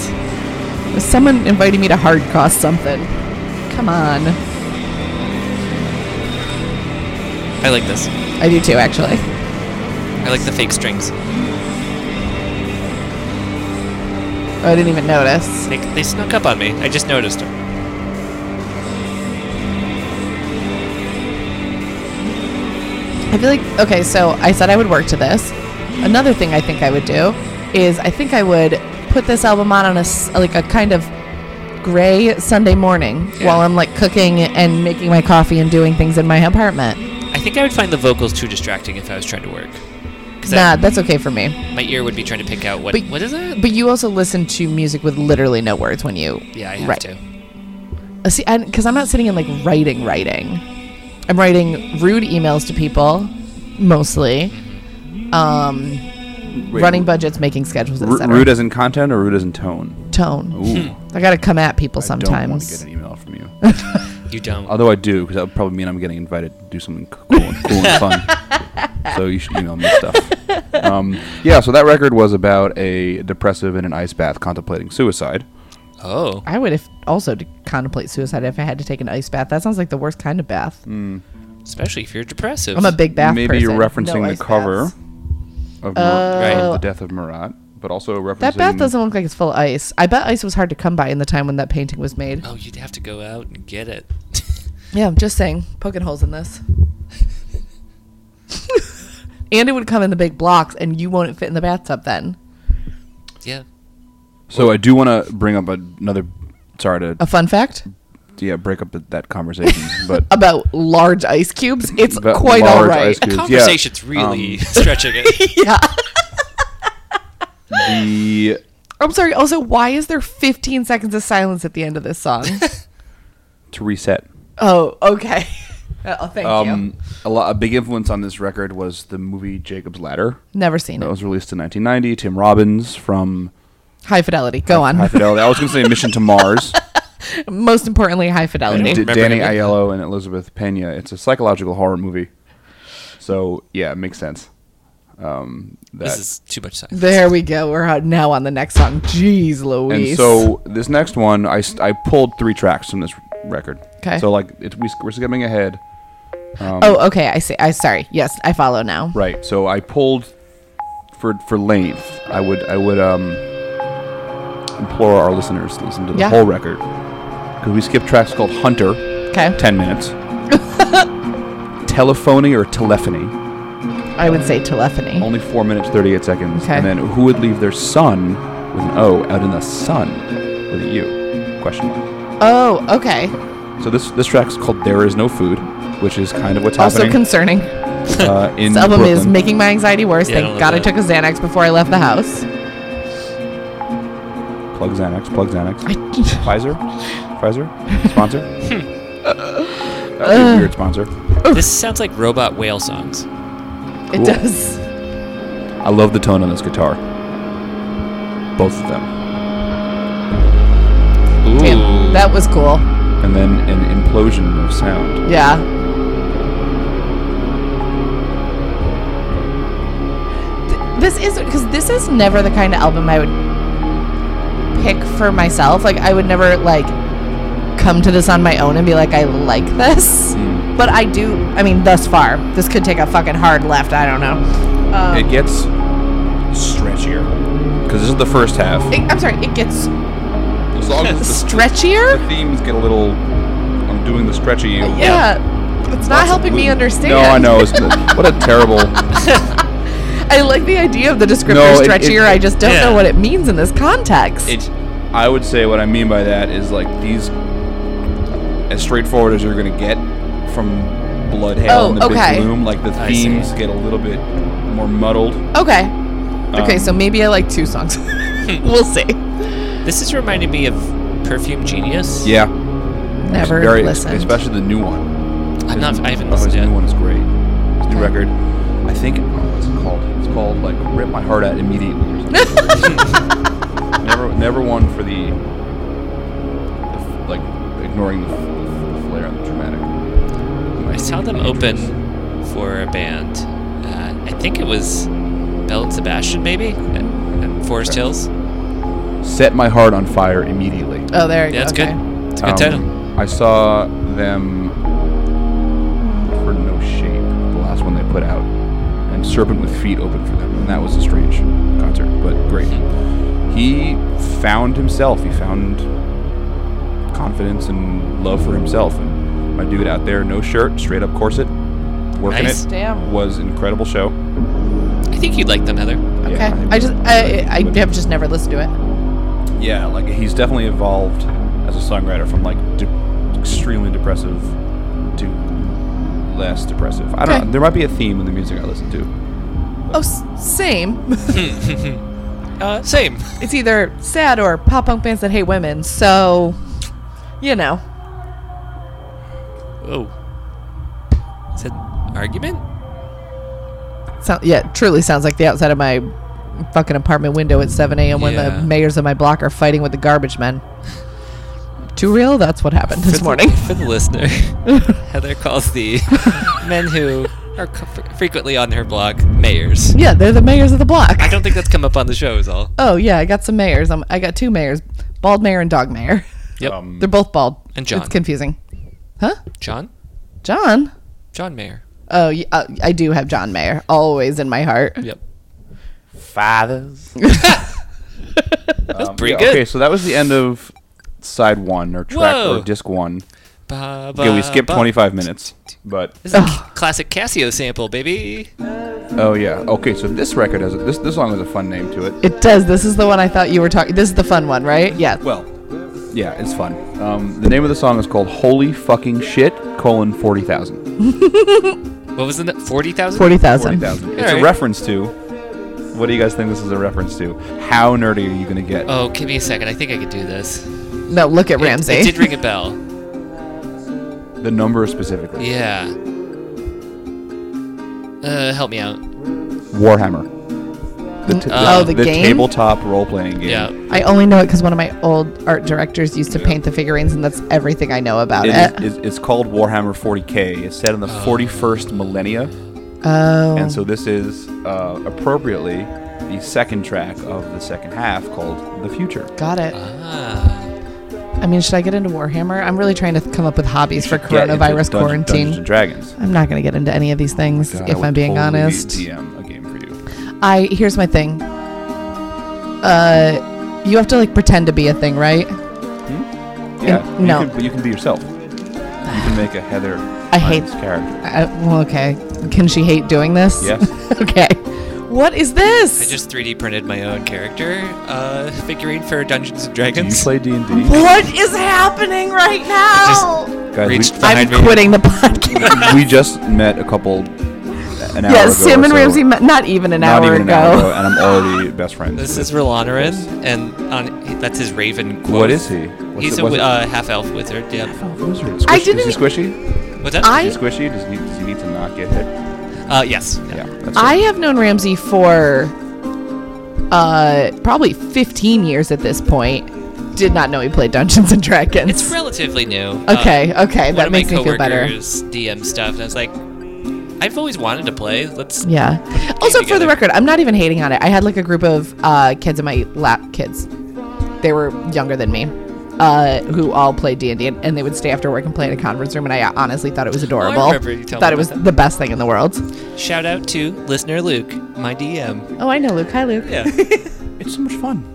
It was someone inviting me to hard cross something. Come on.
I like this.
I do too, actually.
I like the fake strings.
Oh, I didn't even notice.
They, they snuck up on me. I just noticed them.
I feel like, okay, so I said I would work to this. Another thing I think I would do is I think I would put this album on on a, s- like a kind of gray Sunday morning while I'm like cooking and making my coffee and doing things in my apartment.
I think I would find the vocals too distracting if I was trying to work. Because
Nah, that's okay for me.
my ear would be trying to pick out what
But-
what is it?
But you also listen to music with literally no words when you
yeah, I have
right.
to.
Uh, See, because I'm not sitting in like writing, writing. I'm writing rude emails to people, mostly. Um,
Wait,
running budgets, making schedules,
Ru-
etc.
rude as in content or rude as in tone?
tone.
Ooh.
I gotta come at people
I don't want to
Hmm. sometimes.
get an email from you.
You don't.
Oh.
Although I do, because that would probably mean I'm getting invited to do something cool and, cool and fun. so you should email me stuff. Um, yeah, so that record was about a depressive in an ice bath contemplating suicide.
oh,
I would have also to contemplate suicide if I had to take an ice bath. That sounds like the worst kind of bath.
especially if you're depressive.
I'm a big bath
Mm, Maybe
person.
you're referencing
No
the
ice
cover
baths.
of, Mur-
Oh.
of the death of Murat, but also referencing
That bath doesn't look like it's full of ice. I bet ice was hard to come by in the time when that painting was made.
Oh, you'd have to go out and get it.
Yeah, I'm just saying, poking holes in this. and it would come in the big blocks, and you won't fit in the bathtub then.
yeah.
So I do want to bring up another. Sorry to
A fun fact
yeah break up th- that conversation, but
about large ice cubes. It's
about
quite
large
all
ice
right.
cubes, yeah.
Conversation's really
Um,
stretching it.
yeah.
the
I'm sorry. Also, why is there 15 seconds of silence at the end of this song?
to reset.
oh, okay. Oh, thank you.
Um, a, lot, a big influence on this record was the movie Jacob's Ladder.
Never seen
That
it.
was released in 1990. Tim Robbins from
High fidelity. Go on.
High Fidelity. I was going to say Mission to Mars.
Most importantly, high
And
fidelity.
D-
remember
Danny
him.
Aiello and Elizabeth Pena. It's a psychological horror movie. So yeah, it makes sense. Um,
This
that
is too much time.
There we go. We're out now on the next song. Jeez, Louise.
And so this next one, I, st- I pulled three tracks from this record.
'Kay.
So like it's we, we're skipping ahead,
oh, okay. I see. I sorry. Yes, I follow now.
right? So I pulled for for length. I would I would um implore our listeners to listen to the
Yeah.
whole record because we skipped tracks called Hunter,
Okay.
ten minutes. Telephony or telephony,
I would say telephony.
only four minutes thirty eight seconds.
Okay.
And then who would leave their son with an O out in the sun with a U? Question mark.
Oh, okay.
So this this track's called "There Is No Food," which is kind of what's
Also
happening
concerning.
uh, in
This album
Brooklyn.
is making my anxiety worse.
Yeah, I don't
Thank God I
like
took a Xanax before I left the house.
plug Xanax, plug Xanax.
I-
Pfizer, Pfizer, sponsor. That'd be a weird sponsor.
This sounds like robot whale songs.
it does.
I love the tone on this guitar. Both of them,
Ooh.
Damn, that was cool.
and then an implosion of sound.
Yeah. Th- This is because this is never the kind of album I would pick for myself. Like I would never like come to this on my own and be like I like this.
Hmm.
But I do. I mean, thus far, this could take a fucking hard left. I don't know. Um,
It gets stretchier because this is the first half.
it- I'm sorry. It gets
As long as the,
stretchier.
the themes get a little, I'm doing the stretchy.
Yeah. It's not
Lots of
helping me
gluten.
understand.
No, I know. It's, what a terrible.
I like the idea of the descriptor
No, it- it-
stretchier. I just don't
Yeah.
know what it means in this context.
it i would say what i mean by that is like these as straightforward as you're gonna get from blood hail
Oh,
and the
okay.
big bloom like the
I see.
themes get a little bit more muddled
Okay. okay,
Um,
so maybe I like two songs.
Hmm.
we'll see.
This is reminding me of Perfume Genius.
yeah
Never
very
listened.
especially the new one
I'm not. I haven't
Oh, his
listened
new
yet.
one is great his
Okay.
new record i think oh, what's it called it's called like rip my heart out immediately or something. never never one for the, the f- like ignoring the, f- the flair and the dramatic
I saw them open for a band. Uh, I think it was Bell and Sebastian, maybe at, at Forest Hills.
Set my heart on fire immediately.
Oh, there you
Yeah, that's
go. okay.
good. It's a good
Um,
title.
I saw them for No Shape, the last one they put out, and Serpent with Feet opened for them, and that was a strange concert, but great. He found himself. He found confidence and love for himself. And my dude out there, no shirt, straight up corset, working
Nice.
it,
Damn.
was an incredible show.
I think you'd like them, Heather.
Okay.
Yeah,
I just I, I
would-
have just never listened to it.
yeah, like he's definitely evolved as a songwriter from like de- extremely depressive to less depressive. I don't
Okay.
know. There might be a theme in the music I listen to.
Oh, s- same.
Uh, same.
it's either sad or pop punk bands that hate women. So, you know.
Oh, is that an argument?
So, yeah, it truly sounds like the outside of my fucking apartment window at 7 a.m. when
Yeah.
the mayors of my block are fighting with the garbage men. Too real? That's what happened this morning.
for the listener. Heather calls the men who are co- frequently on her blog mayors.
yeah, they're the mayors of the block.
I don't think that's come up on the show, is all.
oh, yeah, I got some mayors. Um, I got two mayors bald mayor and dog mayor.
Yep.
Um,
They're both bald.
Mm. And John.
It's confusing. Huh?
John?
John?
John Mayer.
Oh, y- uh, I do have John Mayer always in my heart.
Yep.
fathers.
That's pretty
Um, Yeah,
good.
Okay, so that was the end of side one or track
Whoa.
or disc one.
Ba,
Okay, we
ba,
skipped
ba.
25 minutes, but
This is a
Ugh.
classic Casio sample, baby.
oh yeah. Okay, so this record has a, this this song has a fun name to it.
It does. This is the one I thought you were talking. This is the fun one, right? Yeah.
Well, yeah, it's fun. Um, the name of the song is called "Holy Fucking Shit" colon forty thousand.
What was the n- 40,000?
Forty thousand.
40,000. It's a
Alright.
reference to. What do you guys think this is a reference to? How nerdy are you going to get?
Uh,
Oh, give me a second. I think I could do this. It-
No, look at Ramsey.
It, did ring a bell.
the number specifically.
Yeah. Uh, help me out.
Warhammer. The, t-
Oh,
the game?
tabletop role playing game.
Yeah.
I only know it because one of my old art directors used to paint the figurines, and that's everything I know about
It
it.
is, it's- it's called Warhammer 40k. It's set in the 41st millennia,
oh,
and so this is uh, appropriately the second track of the second half called "The Future."
got it.
Ah.
I mean, should I get into Warhammer? I'm really trying to th- come up with hobbies for
Get into
coronavirus
Dunge-
quarantine.
Dungeons and Dragons.
I'm not going to get into any of these things
God, I
if
would
I'm being
totally
honest.
DM a game for you.
I here's my thing. Uh, you have to like pretend to be a thing, right?
Yeah,
no.
You can, you can be yourself. You can make a Heather.
I hate-
Hines character.
I, well, okay. Can she hate doing this?
Yes.
okay. What is this?
I just 3D printed my own character uh, figurine for Dungeons and
Do you
Dragons.
play D and D?
what is happening right now?
Guys,
reached
we,
behind
I'm
me.
quitting the podcast.
we just met a couple an hour
yes,
ago.
Sam
or
and
so.
Ramsey met not even an
Not
hour
even an
ago.
hour ago, and I'm already best friends.
This
with-
is Rolanarin, and on, that's his Raven quote.
What is he? What's
He's
it-
a
what's
wi-
it-
uh, half elf wizard. Yeah.
Oh, wizard. Squish-
I
Is
didn't-
he squishy?
What's that?
I-
Is he squishy? Does he, does he need to not get hit?
uh, yes.
Yeah. That's
I have known Ramsey for uh probably 15 years at this point. Did not know he played Dungeons and Dragons.
It's relatively new. Uh,
okay, okay,
one
that
of my
makes me feel better.
coworkers DM stuff, and I was like, I've always wanted to play. Let's.
Yeah. Also, for the
together.
record, I'm not even hating on it. I had like a group of uh, kids in my lap kids. They were younger than me, uh, who all played D and D, and they would stay after work and play in a conference room. And I honestly thought it was adorable.
Oh, remember you telling me
thought it was
about
the best thing in the world.
Shout out to listener Luke, my DM.
Oh, I know Luke. Hi, Luke.
Yeah.
It's so much fun.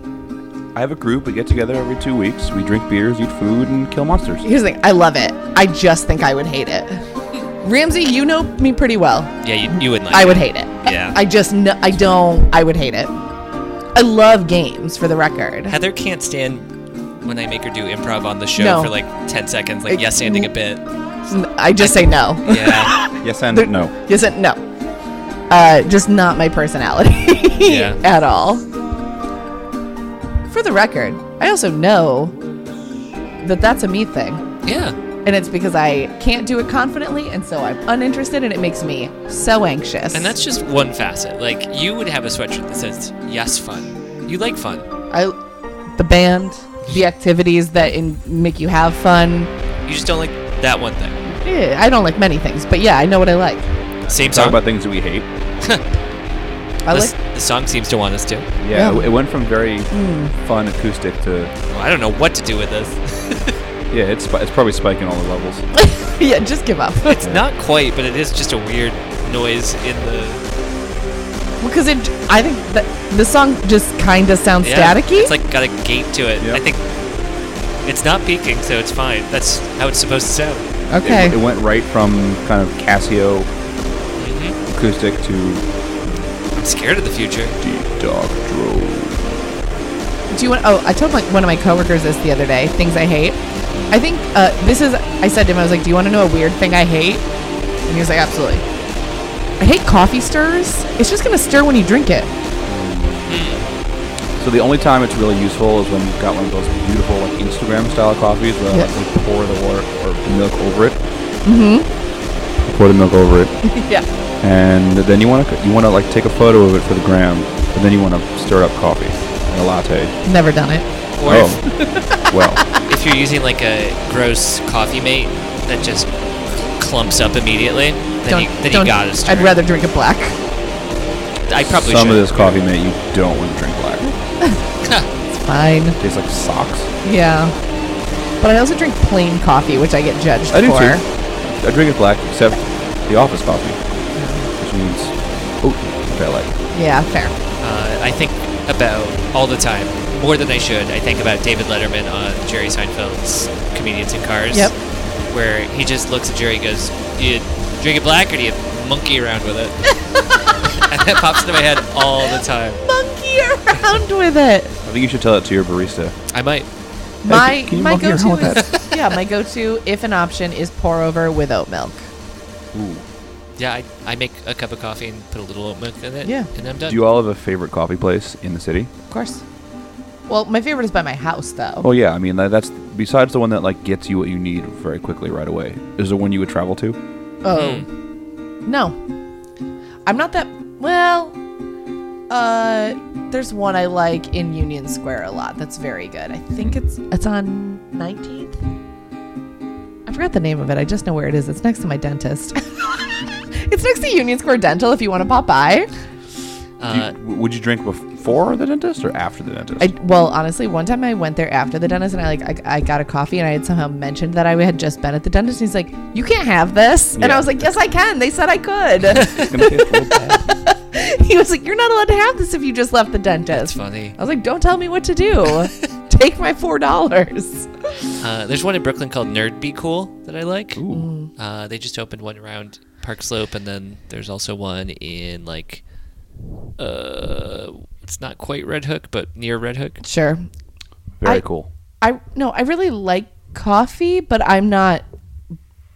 I have a group. We get together every two weeks. We drink beers, eat food, and kill monsters.
Here's the thing. I love it. I just think I would hate it. Ramsey, you know me pretty well.
yeah, you, you wouldn't like
I would
it.
hate it.
Yeah.
I just kn- I don't. I would hate it. I love games, for the record.
Heather can't stand when I make her do improv on the show
No.
for like 10 seconds, like
It-
yes, ending a bit.
I just say no.
Yeah.
Yes and
There-
no.
Isn't no. Uh, just not my personality
Yeah.
at all. For the record, I also know that that's a me thing.
yeah.
And it's because I can't do it confidently, and so I'm uninterested, and it makes me so anxious.
And that's just one facet. Like, you would have a sweatshirt that says yes, fun. You like fun.
I, the band, the activities that in, make you have fun.
You just don't like that one thing.
Eh, I don't like many things, but yeah, I know what I like.
Same
Talk
song.
about things that we hate.
I
This-
like.
the song seems to want us to.
Yeah,
Yeah. Hmm.
it- it went from very fun acoustic to
Well, I don't know what to do with this.
yeah, it's spi- it's probably spiking all the levels.
yeah, just give up.
It's not quite, but it is just a weird noise in the.
Because it, I think that the song just kind of sounds
Yeah,
staticky.
It's like got a gate to it.
Yeah.
I think it's not peaking, so it's fine. That's how it's supposed to sound.
okay,
It, it went right from kind of Casio
Mm-hmm.
acoustic to
I'm scared of the future.
deep dog drove.
do you want? Oh, I told my, one of my coworkers this the other day. Things I hate. I think uh, this is. I said to him, I was like, "Do you want to know a weird thing I hate?" And he was like, "Absolutely." I hate coffee stirs. It's just gonna stir when you drink it.
So the only time it's really useful is when you've got one of those beautiful like Instagram style coffees where
Yeah.
like, you pour the water or the milk over it. Mm-hmm. Pour the milk over it,
yeah.
and then you want to you want to like take a photo of it for the gram, and then you want to stir up coffee, like a latte.
Never done it.
Or if,
Oh, well.
if you're using like a gross coffee mate that just clumps up immediately, then
don't.
you then
don't
you gotta stir.
I'd
it.
rather drink it black.
I probably
Some
should.
of this coffee, mate, you don't want to drink black.
It's fine.
tastes like socks.
Yeah. But I also drink plain coffee, which I get judged
I do
for.
too. I drink it black, except the office coffee, which means oh, oat, which I like.
Yeah, fair.
Uh, I think about all the time, more than I should. I think about David Letterman on Jerry Seinfeld's Comedians in Cars.
Yep.
Where he just looks at Jerry and goes, Do you drink it black or do you monkey around with it? and that pops into my head all the time.
Monkey around with it.
I think you should tell that to your barista.
I might.
My
can you
my
monkey
go-to
around with
is yeah, my go-to if an option is pour over with oat milk.
Ooh.
Yeah, I, I make a cup of coffee and put a little oat milk in it.
Yeah.
And I'm done.
Do you all have a favorite coffee place in the city?
Of course. Well, my favorite is by my house though.
Oh yeah, I mean that, that's besides the one that like gets you what you need very quickly right away. Is the one you would travel to?
Oh. No. I'm not that well uh there's one I like in Union Square a lot. That's very good. I think it's it's on 19th. I forgot the name of it. I just know where it is. It's next to my dentist. it's next to Union Square Dental if you want to pop by.
Do you-
uh,
w- would you drink before the dentist or after the dentist?
I well, honestly, one time I went there after the dentist, and I like I, I got a coffee, and I had somehow mentioned that I had just been at the dentist. And he's like, "You can't have this," and
Yeah.
I was like, "Yes, I can. They said I could."
It's gonna taste real bad.
he was like, "You're not allowed to have this if you just left the
that's
dentist."
funny.
I was like, "Don't tell me what to do. Take my four dollars."
Uh, there's one in Brooklyn called Nerd Be Cool that I like.
Ooh.
Uh, they just opened one around Park Slope, and then there's also one in like, uh, it's not quite Red Hook, but near Red Hook.
Sure.
Very
I-
cool.
I no, I really like coffee, but I'm not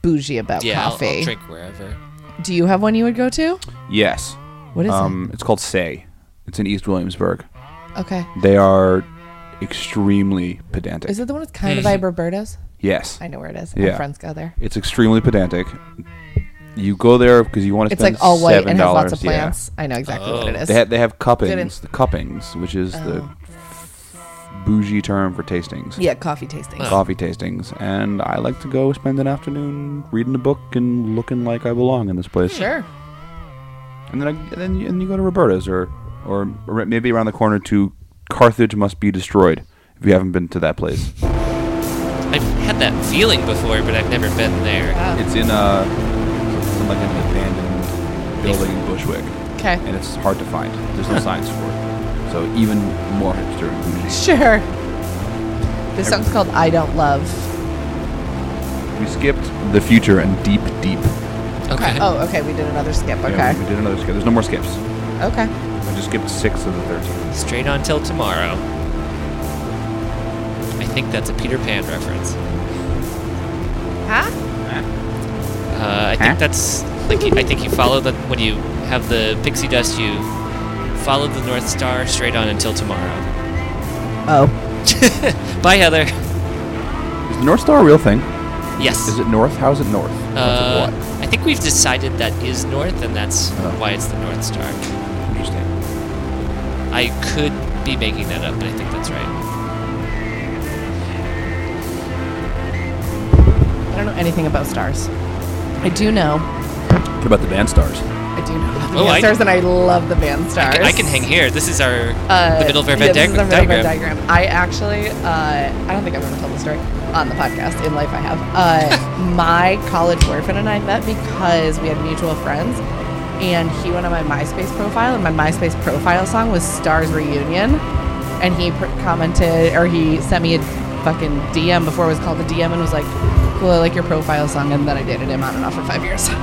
bougie about
Yeah, I'll-
coffee.
I'll, drink wherever.
Do you have one you would go to?
Yes.
What is
Um, it's called Say. It's in East Williamsburg.
it? Okay.
They are extremely pedantic.
Is it the one that's kind of by Roberto's?
yes.
I know where it is. My
Yeah.
friends go there.
It's extremely pedantic. You go there because you want to
It's
spend
like all white
$7.
and has lots of
yeah.
plants. I know exactly what it
Oh.
is.
They have they have
in-
cuppings, the cuppings, which is
Oh.
the bougie term for tastings,
yeah, coffee tasting.
coffee tastings. And I like to go spend an afternoon reading a book and looking like I belong in this place.
Sure.
And then I, and then you, and you go to Roberta's or or r- maybe around the corner to Carthage must be destroyed. If you haven't been to that place,
I've had that feeling before, but I've never been there.
it's in a it's in like an abandoned building in Bushwick.
Okay.
and it's hard to find. There's no signs for it. So even more hipster and bougie.
Sure. This song's called I Don't Love.
We skipped the future and deep, deep.
Okay.
Oh, okay. We did another skip.
Yeah,
Okay.
we did another skip. There's no more skips.
Okay.
I just skipped six of the thirteen.
Straight on till tomorrow. I think that's a Peter Pan reference.
Huh?
Uh, I
Huh?
think that's like you, I think you follow the when you have the pixie dust, you follow the North Star straight on until tomorrow.
Oh.
Bye, Heather.
Is the North Star a real thing?
Yes.
Is it north? How's it north?
Uh,
How's it
I think we've decided that is north, and that's
Oh.
why it's the North Star. Uh,
what? Interesting.
I could be making that up, but I think that's right.
I don't know anything about stars. I do know
What about the band stars?
I do know about the
Oh,
band
I-
stars, and I love the band stars.
I can hang here. This is our
Uh,
the middle of our
yeah,
Venn
this is
diag-
our middle Venn
diagram.
diagram. I actually, uh, I don't think I've ever told the story on the podcast. In life, I have. Uh, my college boyfriend and I met because we had mutual friends, and he went on my MySpace profile, and my MySpace profile song was "Stars Reunion," and he pr- commented or he sent me a fucking DM before it was called a DM, and was like, "Cool, I like your profile song," and then I dated him on and off for five years,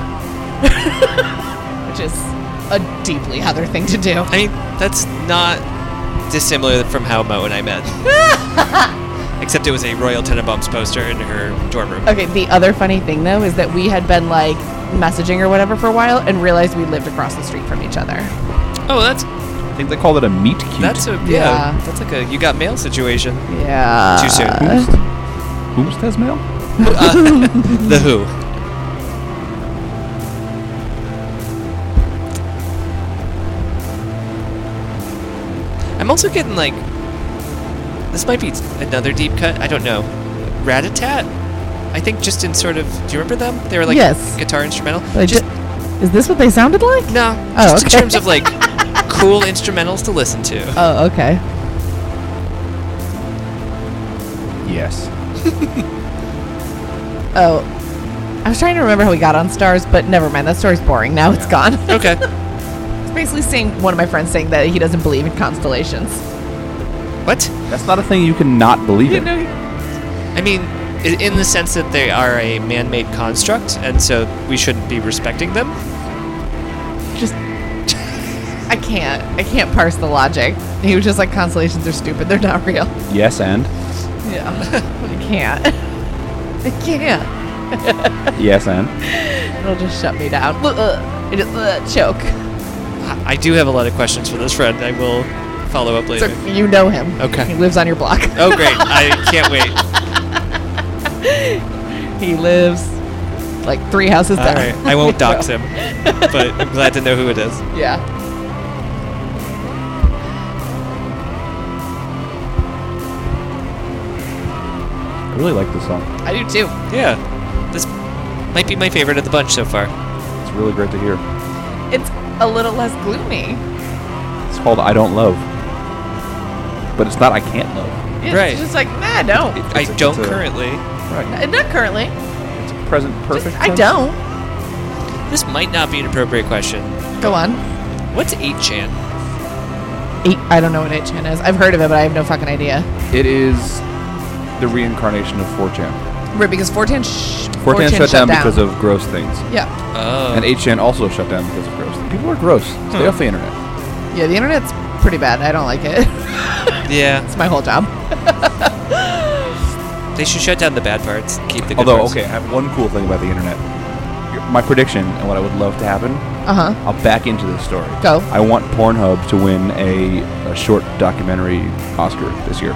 which is a deeply Heather thing to do.
I mean, that's not dissimilar from how Mo and I met. Except it was a Royal Tenenbaums poster in her dorm room.
Okay, the other funny thing though is that we had been like messaging or whatever for a while and realized we lived across the street from each other.
Oh, that's
I think they call it a meet cute.
that's a yeah,
Yeah. Uh,
That's like a you got mail situation.
Yeah.
Too soon.
Who's, who's this male?
The Who. I'm also getting like this might be another deep cut. I don't know. Ratatat. I think just in sort of. Do you remember them? They were like
Yes.
guitar instrumental.
But
just
is this what they sounded like?
no.
Oh,
just
okay.
in terms of like cool instrumentals to listen to.
Oh, okay.
Yes.
Oh. I was trying to remember how we got on stars, but never mind. That story's boring. Now it's gone.
Okay.
it's basically saying one of my friends saying that he doesn't believe in constellations.
What?
That's not a thing you can not believe in.
I mean, i- in the sense that they are a man-made construct, and so we shouldn't be respecting them.
just I can't. I can't parse the logic. He was just like constellations are stupid. They're not real.
Yes, and
Yeah. I can't. I can't.
yes, and
It'll just shut me down. Uh, Ugh, ugh. I just ugh, choke.
I do have a lot of questions for this friend. I will follow up
So
later.
you know him.
Okay.
He lives on your block.
oh, great. I can't wait.
He lives like three houses
All
down.
right. I won't dox him, but I'm glad to know who it is.
Yeah.
I really like this song.
I do too.
Yeah. This might be my favorite of the bunch so far.
It's really great to hear.
It's a little less gloomy.
It's called I Don't Love, but it's not I Can't Love.
It's
Right.
just like, nah, don't.
I
It's a-
don't
it's a-
currently.
Right.
Uh, Not currently.
It's a present
Just,
perfect.
I
tense.
don't.
This might not be an appropriate question.
Go on.
What's 8chan?
Eight, I don't know what 8chan is. I've heard of it, but I have no fucking idea.
It is the reincarnation of 4chan.
Right, because 4chan, sh-
4chan, shut, down, because of gross things,
Yeah.
Oh.
and 8chan also shut down because of gross. Things. People are gross. Stay off the internet.
Yeah, the internet's pretty bad. I don't like it.
yeah.
it's my whole job.
They should shut down the bad parts. Keep the good
Although,
parts.
okay, I have one cool thing about the internet. Your- My prediction and what I would love to happen.
Uh huh.
I'll back into this story.
Go.
I want Pornhub to win a, a short documentary Oscar this year.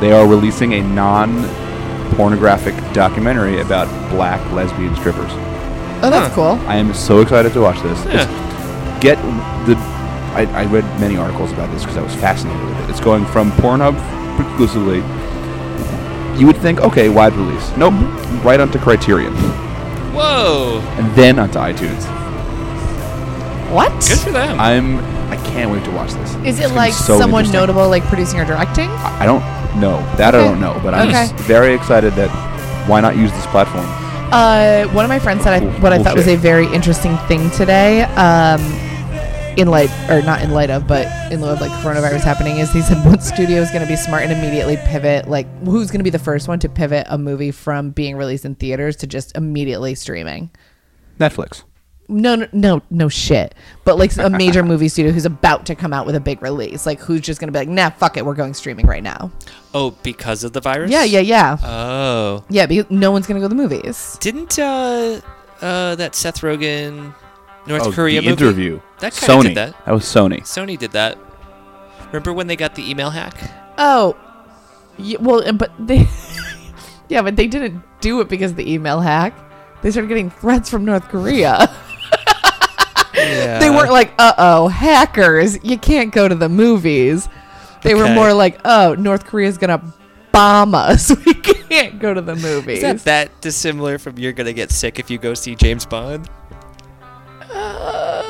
They are releasing a non pornographic documentary about black lesbian strippers.
Oh, that's cool.
I am so excited to watch this.
Yeah.
It's- Get the. I, I read many articles about this because I was fascinated with it. It's going from Pornhub exclusively. You would think, okay, wide release. Nope, right onto Criterion,
Whoa.
and then onto iTunes.
What?
Good for them.
I'm. I can't wait to watch this.
Is
It's
it
gonna be
like
so
someone
interesting.
notable, like producing or directing?
I don't know. That
Okay.
I don't know, but I'm
Okay.
s- very excited that why not use this platform?
Uh, one of my friends said I,
Bull-
what I thought was a
bullshit.
very interesting thing today. Um, in light, or not in light of, but in lieu of like coronavirus happening, is he said one studio is going to be smart and immediately pivot. Like, who's going to be the first one to pivot a movie from being released in theaters to just immediately streaming?
Netflix.
No, no, no, no shit. But like a major movie studio who's about to come out with a big release, like who's just going to be like, nah, fuck it, we're going streaming right now.
Oh, because of the virus?
Yeah, yeah, yeah,
Oh.
yeah. Because no one's going to go to the movies.
Didn't uh, uh, that Seth Rogen North
oh,
Korea
the
movie?
interview.
That kinda
Sony.
did that.
was Sony.
Sony did that. Remember when they got the email hack?
Oh, yeah, well, uh, but they, yeah, but they didn't do it because of the email hack. They started getting threats from North Korea.
Yeah.
they weren't like, "Uh oh, hackers, you can't go to the movies." They were
Okay.
more like, "Oh, North Korea's gonna bomb us. we can't go to the movies."
Is that that dissimilar from you're gonna get sick if you go see James Bond?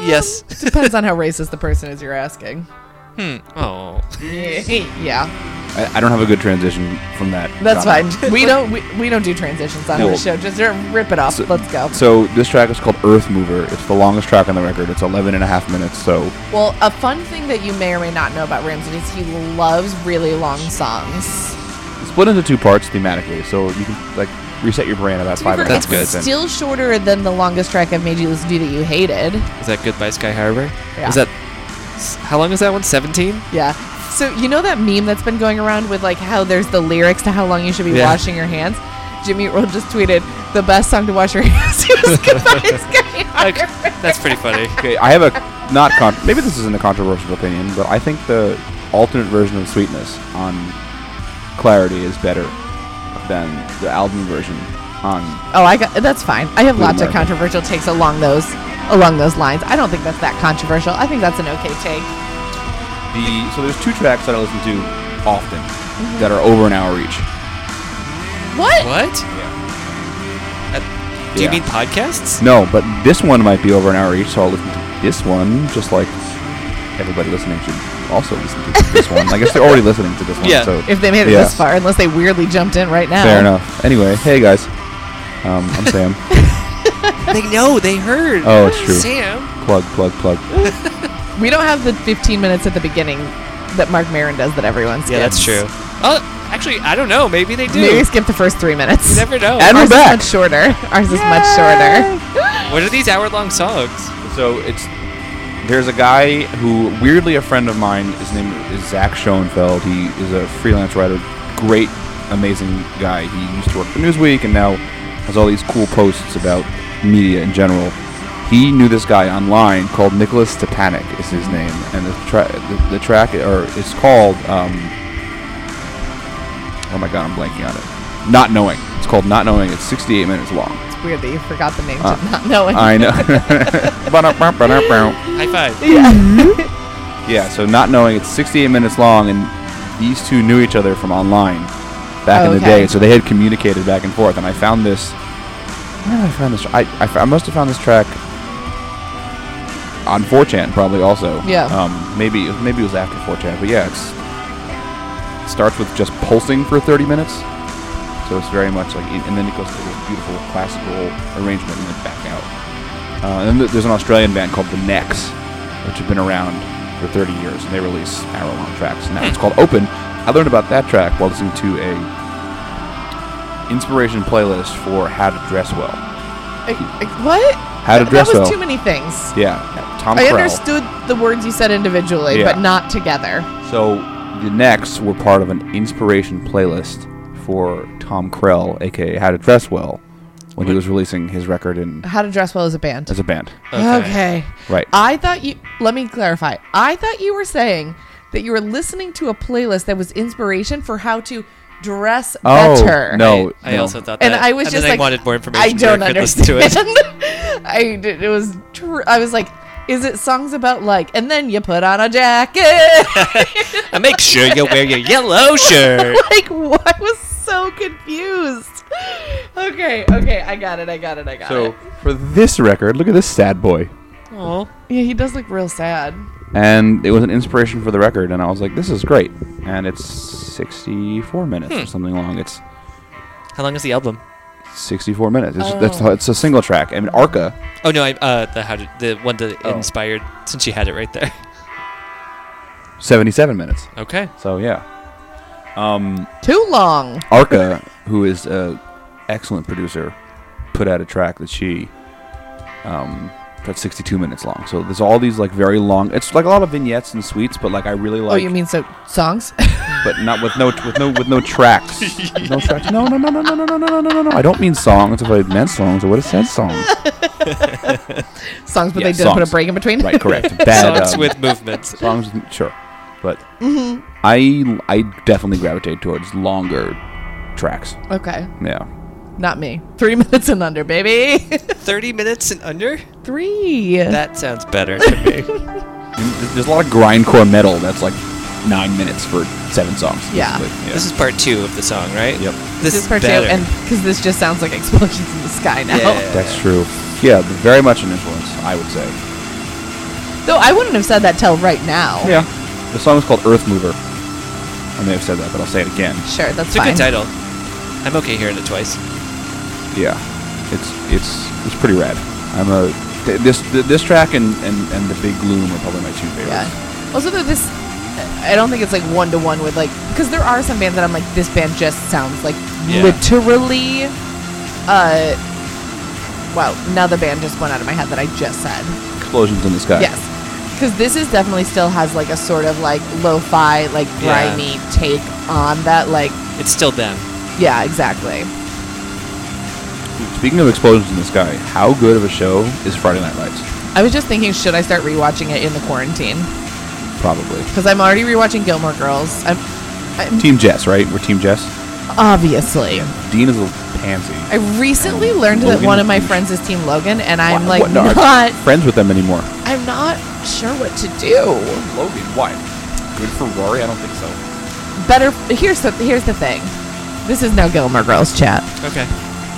Yes.
Depends on how racist the person is you're asking.
Oh.
yeah,
I, I don't have a good transition from that.
that's
genre.
fine. We don't we, we don't do transitions on
No.
our show. Just uh, rip it off.
So-
Let's go.
So this track is called Earth Mover. It's the longest track on the record. It's 11 and a half minutes. So
Well, a fun thing that you may or may not know about Ramsey is he loves really long songs.
it's split into two parts thematically. So you can like reset your brain about five.
Remember,
and a half
it's
minutes in.
Still shorter than the longest track I've made you listen to that you hated.
Is that Goodbye Sky Harbor?
Yeah.
Is that s- how long is that one? Seventeen?
Yeah. So you know that meme that's been going around with like how there's the lyrics to how long you should be
Yeah.
washing your hands. Jimmy Eat World just tweeted the best song to wash your hands is Goodbye Sky
Like,
Harbor."
that's pretty funny.
Okay, I have a not con- maybe this isn't a controversial opinion, but I think the alternate version of Sweetness on Clarity is better than the album version on.
Oh, I got that's fine. I have
Blue
lots of
Marvel.
controversial takes along those along those lines. I don't think that's that controversial. I think that's an okay take.
The so there's two tracks that I listen to often
Mm-hmm.
that are over an hour each.
What?
What? Do you
Yeah.
mean podcasts?
No, but this one might be over an hour each, so I'll listen to this one just like everybody listening should also listen to this one. I guess they're already listening to this one.
Yeah.
So
If they made it
Yeah.
this far, unless they weirdly jumped in right now.
fair enough. Anyway, hey guys, um, I'm Sam.
they know. They heard.
Oh, it's true.
Sam.
plug, plug, plug.
We don't have the 15 minutes at the beginning that Mark Maron does that everyone skips.
Yeah, that's true. Oh, actually, I don't know. Maybe they do.
Maybe skip the first three minutes.
You never know.
And-
Ours is
We're back.
much shorter. Ours is much shorter.
what are these hour-long songs?
So it's there's a guy who weirdly a friend of mine. His name is Zach Schoenfeld. He is a freelance writer, great, amazing guy. He used to work for Newsweek and now has all these cool posts about media in general. He knew this guy online called Nicholas Stepanek is his name, and the, tra- the, the track or it's called. Um, oh my god, I'm blanking on it. Not knowing. It's called Not Knowing. It's 68 minutes long.
It's weird that you forgot the name
Uh,
to not know it.
I know.
High five.
Yeah, so not knowing it's 68 minutes long, and these two knew each other from online back in the
Okay.
day, so they had communicated back and forth. And I found this. Where did I find this? tr- I, I, fo- I must have found this track on 4chan probably also.
Yeah.
Um, maybe maybe it was after 4chan, but yeah, it's it starts with just pulsing for 30 minutes. So it's very much like, and then it goes to this beautiful classical arrangement and then back out. Uh, and then th- there's an Australian band called The Necks, which have been around for 30 years, and they release hour-long tracks. And that one's called Open. I learned about that track while listening to a inspiration playlist for How to Dress Well.
I- I- what?
How to
Th-
dress
That was
well.
too many things.
Yeah, Tom
I
Krell.
understood the words you said individually,
Yeah.
but not together.
So The Necks were part of an inspiration playlist for Tom Krell, aka How to Dress Well, when he was releasing his record
Uh,
in
How to dress well as a band.
as a band.
Okay.
Right.
I thought you. Let me clarify. I thought you were saying that you were listening to a playlist that was inspiration for how to dress
oh
better.
no,
I
no.
also thought that.
And I was just
then
like,
I wanted more information.
I don't
so I could
understand.
listen To it.
I did, it was tr- I was like, is it songs about like? And then you put on a jacket.
And make sure you wear your yellow shirt.
like, what? I was so confused. Okay, okay, I got it. I got it. I got
So
it.
for this record, look at this sad boy.
Oh,
Yeah, he does look real sad.
and it was an inspiration for the record and i was like this is great and it's 64 minutes
Hmm.
or something long it's
how long is the album?
64 minutes it's, that's how it's a single track i mean arca
Oh no, I, uh, the how did the one that
Oh.
inspired since you had it right there.
77 minutes
Okay.
so yeah um
Too long.
arca who is a excellent producer put out a track that she um that's 62 minutes long so there's all these like very long it's like a lot of vignettes and suites but like i really like
oh, you mean so songs?
but not with no with no with no tracks. With no tracks. No, no, no, no, no, no, no, no, no, no, no. I don't mean songs. If I had meant songs, I would have said songs.
songs, but they
Yeah,
didn't put a
songs.
break in between.
Right, correct. Bad
Songs
um,
with movements.
songs. With, sure, but
Mm-hmm.
I I definitely gravitate towards longer tracks.
okay,
Yeah,
not me. Three minutes and under, baby.
Thirty minutes and under.
Three.
That sounds better to me.
And th- there's a lot of grindcore metal that's like nine minutes for seven songs.
Yeah.
basically.
This is part two of the song, right?
Yep.
This,
this
is
part too,
better.
and because this just sounds like explosions in the sky now.
yeah.
That's true. Yeah, very much an influence, I would say.
Though I wouldn't have said that till right now.
Yeah. The song is called Earth Mover. I may have said that, but I'll say it again.
Sure, that's
It's a
fine.
good title. I'm okay hearing it twice.
Yeah. It's it's it's pretty rad. I'm a th- this th- this track and, and, and the Big Gloom are probably my two favorites.
Yeah. Also, though, this I don't think it's like one to one with like because there are some bands that I'm like this band just sounds like
Yeah.
literally. Uh, wow! Now the band just went out of my head that I just said.
Explosions in the sky.
Yes, because this is definitely still has like a sort of like lo-fi, like
Yeah.
grimy take on that. Like,
It's still them.
yeah, exactly.
Speaking of explosions in the sky, how good of a show is Friday Night Lights?
I was just thinking, should I start rewatching it in the quarantine?
Probably.
Because I'm already rewatching Gilmore Girls. I'm, I'm
Team Jess, right? We're Team Jess.
obviously.
Dean is a pansy.
I recently learned that
Logan
one of my
Beach.
friends is Team Logan, and I'm
Why-
like
what- no, I'm
not.
friends with them anymore.
I'm not sure what to do.
Logan, why? Good for Rory? I don't think so.
Better here's the here's the thing. This is now Gilmore Girls chat
Okay.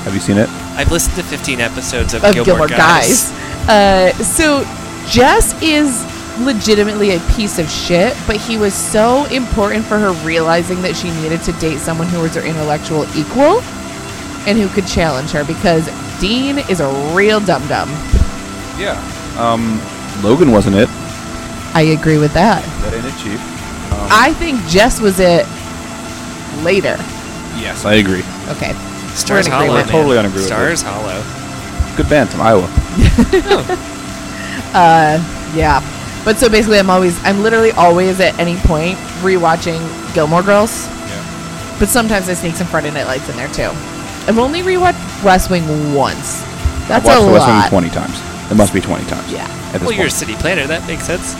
Have you seen it?
I've listened to 15 episodes of,
of
Gilmore, Guys.
Uh, so Jess is legitimately a piece of shit, but he was so important for her realizing that she needed to date someone who was her intellectual equal and who could challenge her because Dean is a real dum dum.
Yeah. Um, Logan wasn't it.
I agree with that.
That ain't it, Chief.
I think Jess was it later.
Yes, I agree.
Okay.
Stars
We're in
Hollow.
agreement.
man.
Totally on agreement.
Stars Hollow.
Good band from Iowa.
Yeah. But so basically, I'm always, I'm literally always at any point rewatching Gilmore Girls,
Yeah.
but sometimes I sneak some Friday Night Lights in there too. I've only rewatched West Wing once. That's
I've watched
a
the West Wing
lot.
twenty times. It must be twenty times.
Yeah.
At this
Well, you're a
point.
city planner. That makes sense.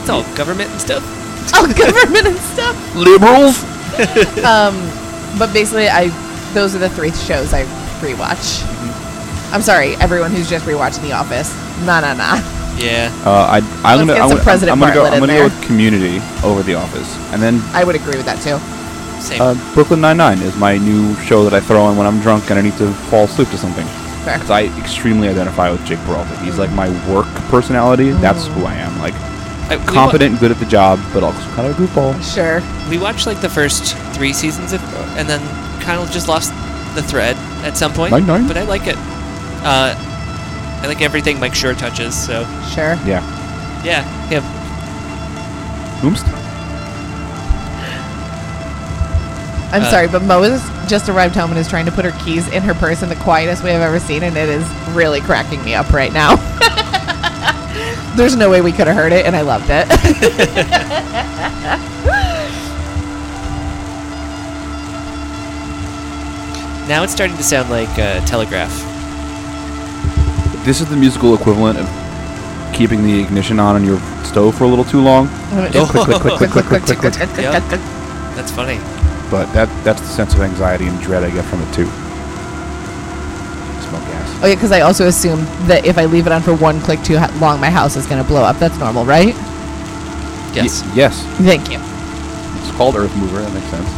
It's all government and stuff.
Oh, government and stuff.
liberals.
But basically, I, those are the three shows I rewatch.
Mm-hmm.
I'm sorry, everyone who's just rewatching The Office. Nah, nah, nah.
Yeah.
Uh, I, I'm
Let's
gonna,
get
I'm
some
gonna,
President
I'm gonna go.
Bartlett
I'm
in
gonna go
there.
with Community over The Office, and then
I would agree with that too.
Same.
uh, Brooklyn Nine Nine is my new show that I throw on when I'm drunk and I need to fall asleep to something.
Fair.
Because I extremely identify with Jake Peralta. He's like my work personality. That's who I am. Like
I- we wa-
competent, good at the job, but also kind of a goofball.
Sure.
We watched like the first three seasons of, and then kind of just lost the thread at some point.
Nine, nine.
But I like it. Uh, I like everything Mike Sure touches. So
Sure.
Yeah.
yeah, him.
Oomst.
I'm
Uh,
sorry, but Mo has just arrived home and is trying to put her keys in her purse in the quietest way I've ever seen, and it is really cracking me up right now. There's no way we could have heard it, and I loved it.
Now it's starting to sound like uh, Telegraph.
This is the musical equivalent of keeping the ignition on on your stove for a little too long. Just click, click, click, click, click, click, click, click.
Yep. That's funny.
But that that's the sense of anxiety and dread I get from it too. Smoke gas.
Oh yeah, because I also assume that if I leave it on for one click too ho- long, my house is gonna blow up. That's normal, right?
Yes.
Y- yes.
Thank you.
It's called Earth Mover. That makes sense.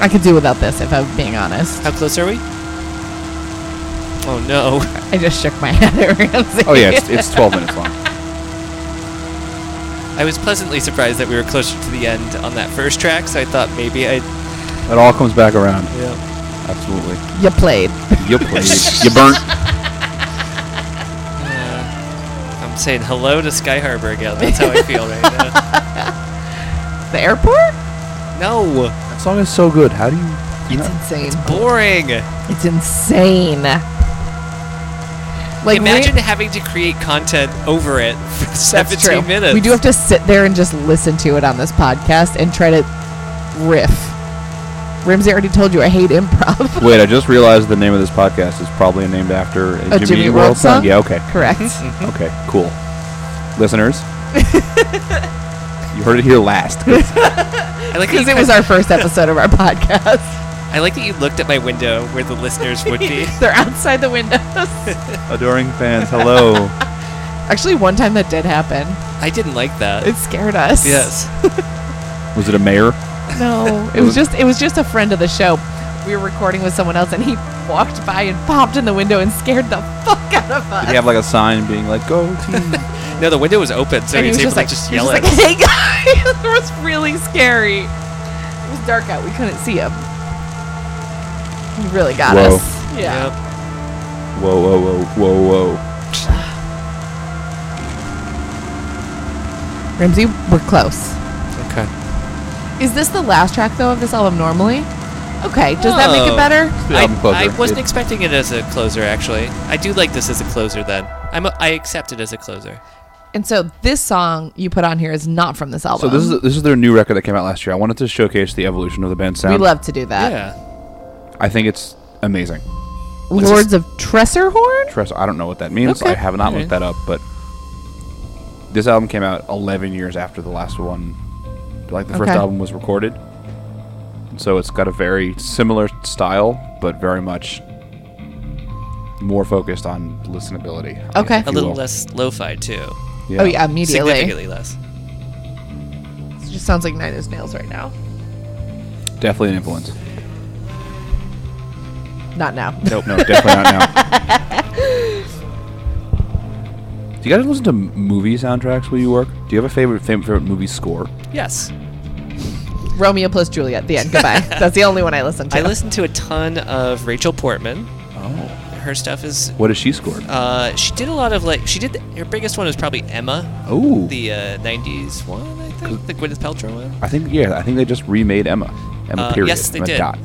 I could do without this if I'm being honest.
How close are we? Oh no.
I just shook my head at Ramsey.
Oh yeah, it's, it's 12 minutes long.
I was pleasantly surprised that we were closer to the end on that first track, so I thought maybe I'd.
It all comes back around.
Yeah.
Absolutely.
you played.
You played. you burnt.
I'm saying hello to Sky Harbor again. That's how I feel right now.
The airport?
No!
That song is so good. How do you? you
It's
know-
insane.
Boring!
It's insane. Like
Imagine
Ra-
having to create content over it for 17 minutes.
We do have to sit there and just listen to it on this podcast and try to riff. Ramsey already told you I hate improv.
Wait, I just realized the name of this podcast is probably named after a,
A Jimmy Eat World song?
Yeah. Okay.
Correct.
Okay. Cool. Listeners, you heard it here last.
I like, that
Because
you
it was
kind-
our first episode of our podcast.
I like that you looked at my window where the listeners would be.
They're outside the windows.
Adoring fans, hello.
Actually, one time that did happen.
I didn't like that.
It scared us.
yes.
Was it a mayor?
No. It was just it was just a friend of the show. We were recording with someone else and he walked by and popped in the window and scared the fuck out of us.
Did he have like a sign being like "Go team"?
No, the window was open, so
and
he was, able
just
to
like,
just
he was
yell at
just like,
us.
hey guys, it was really scary. It was dark out; we couldn't see him. He really got
Whoa.
us. Yeah.
Yep.
whoa, whoa, whoa, whoa, whoa!
Ramsey, we're close.
Okay.
Is this the last track though of this album normally? Okay, does that make it
Oh.
better?
the
I,
album closer.
I wasn't
It-
expecting it as a closer, actually. I do like this as a closer, then. I'm a, I accept it as a closer.
And so this song you put on here is not from this
So
album.
this is this is their new record that came out last year. I wanted to showcase the evolution of the band's
we
sound.
love to do that.
yeah.
I think it's amazing.
What's
Lords of Tressorhorn.
Trust. I don't know what that means.
Okay.
I have not looked
Alright.
that up, but this album came out 11 years after the last one. Like the first
Okay.
album was recorded, so it's got a very similar style, but very much more focused on listenability. I
Okay.
guess, if
A
you
little
will.
less lo-fi too.
Oh yeah, immediately.
Significantly less.
It just sounds like Nine Inch Nails right now.
definitely an influence.
Not now.
Nope, no, definitely not now. Do you guys listen to m- movie soundtracks where you work? Do you have a favorite fam- favorite movie score?
Yes.
Romeo plus Juliet. The end. Goodbye. That's the only one I listen to.
I listen to a ton of Rachel Portman.
Oh,
Her stuff is.
what has she scored?
Uh, she did a lot of like. She did her biggest one was probably Emma,
Oh,
the uh, '90s one, I think, the Gwyneth Paltrow one.
I think yeah, I think they just remade Emma. Emma
Uh,
period.
yes, they
Emma
did.
Dot.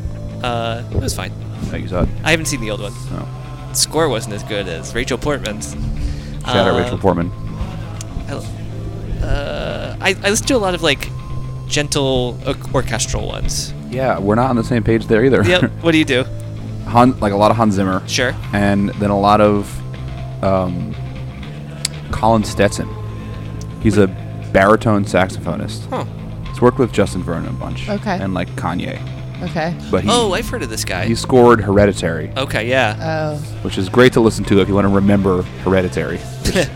Uh, it was fine.
Oh, you saw it.
I haven't seen the old one.
Oh.
Score wasn't as good as Rachel Portman's.
Shout out
Uh,
Rachel Portman.
I, uh, I, I listen to a lot of like gentle or- orchestral ones.
Yeah, we're not on the same page there either.
Yep. what do you do?
Han, like a lot of Hans Zimmer.
Sure.
And then a lot of um, Colin Stetson. He's a baritone saxophonist.
Huh.
He's worked with Justin Vernon a bunch.
Okay.
And like Kanye.
Okay.
But he,
oh, I've heard of this guy.
he scored Hereditary,
okay, yeah.
Oh.
which is great to listen to if you want to remember Hereditary. Which-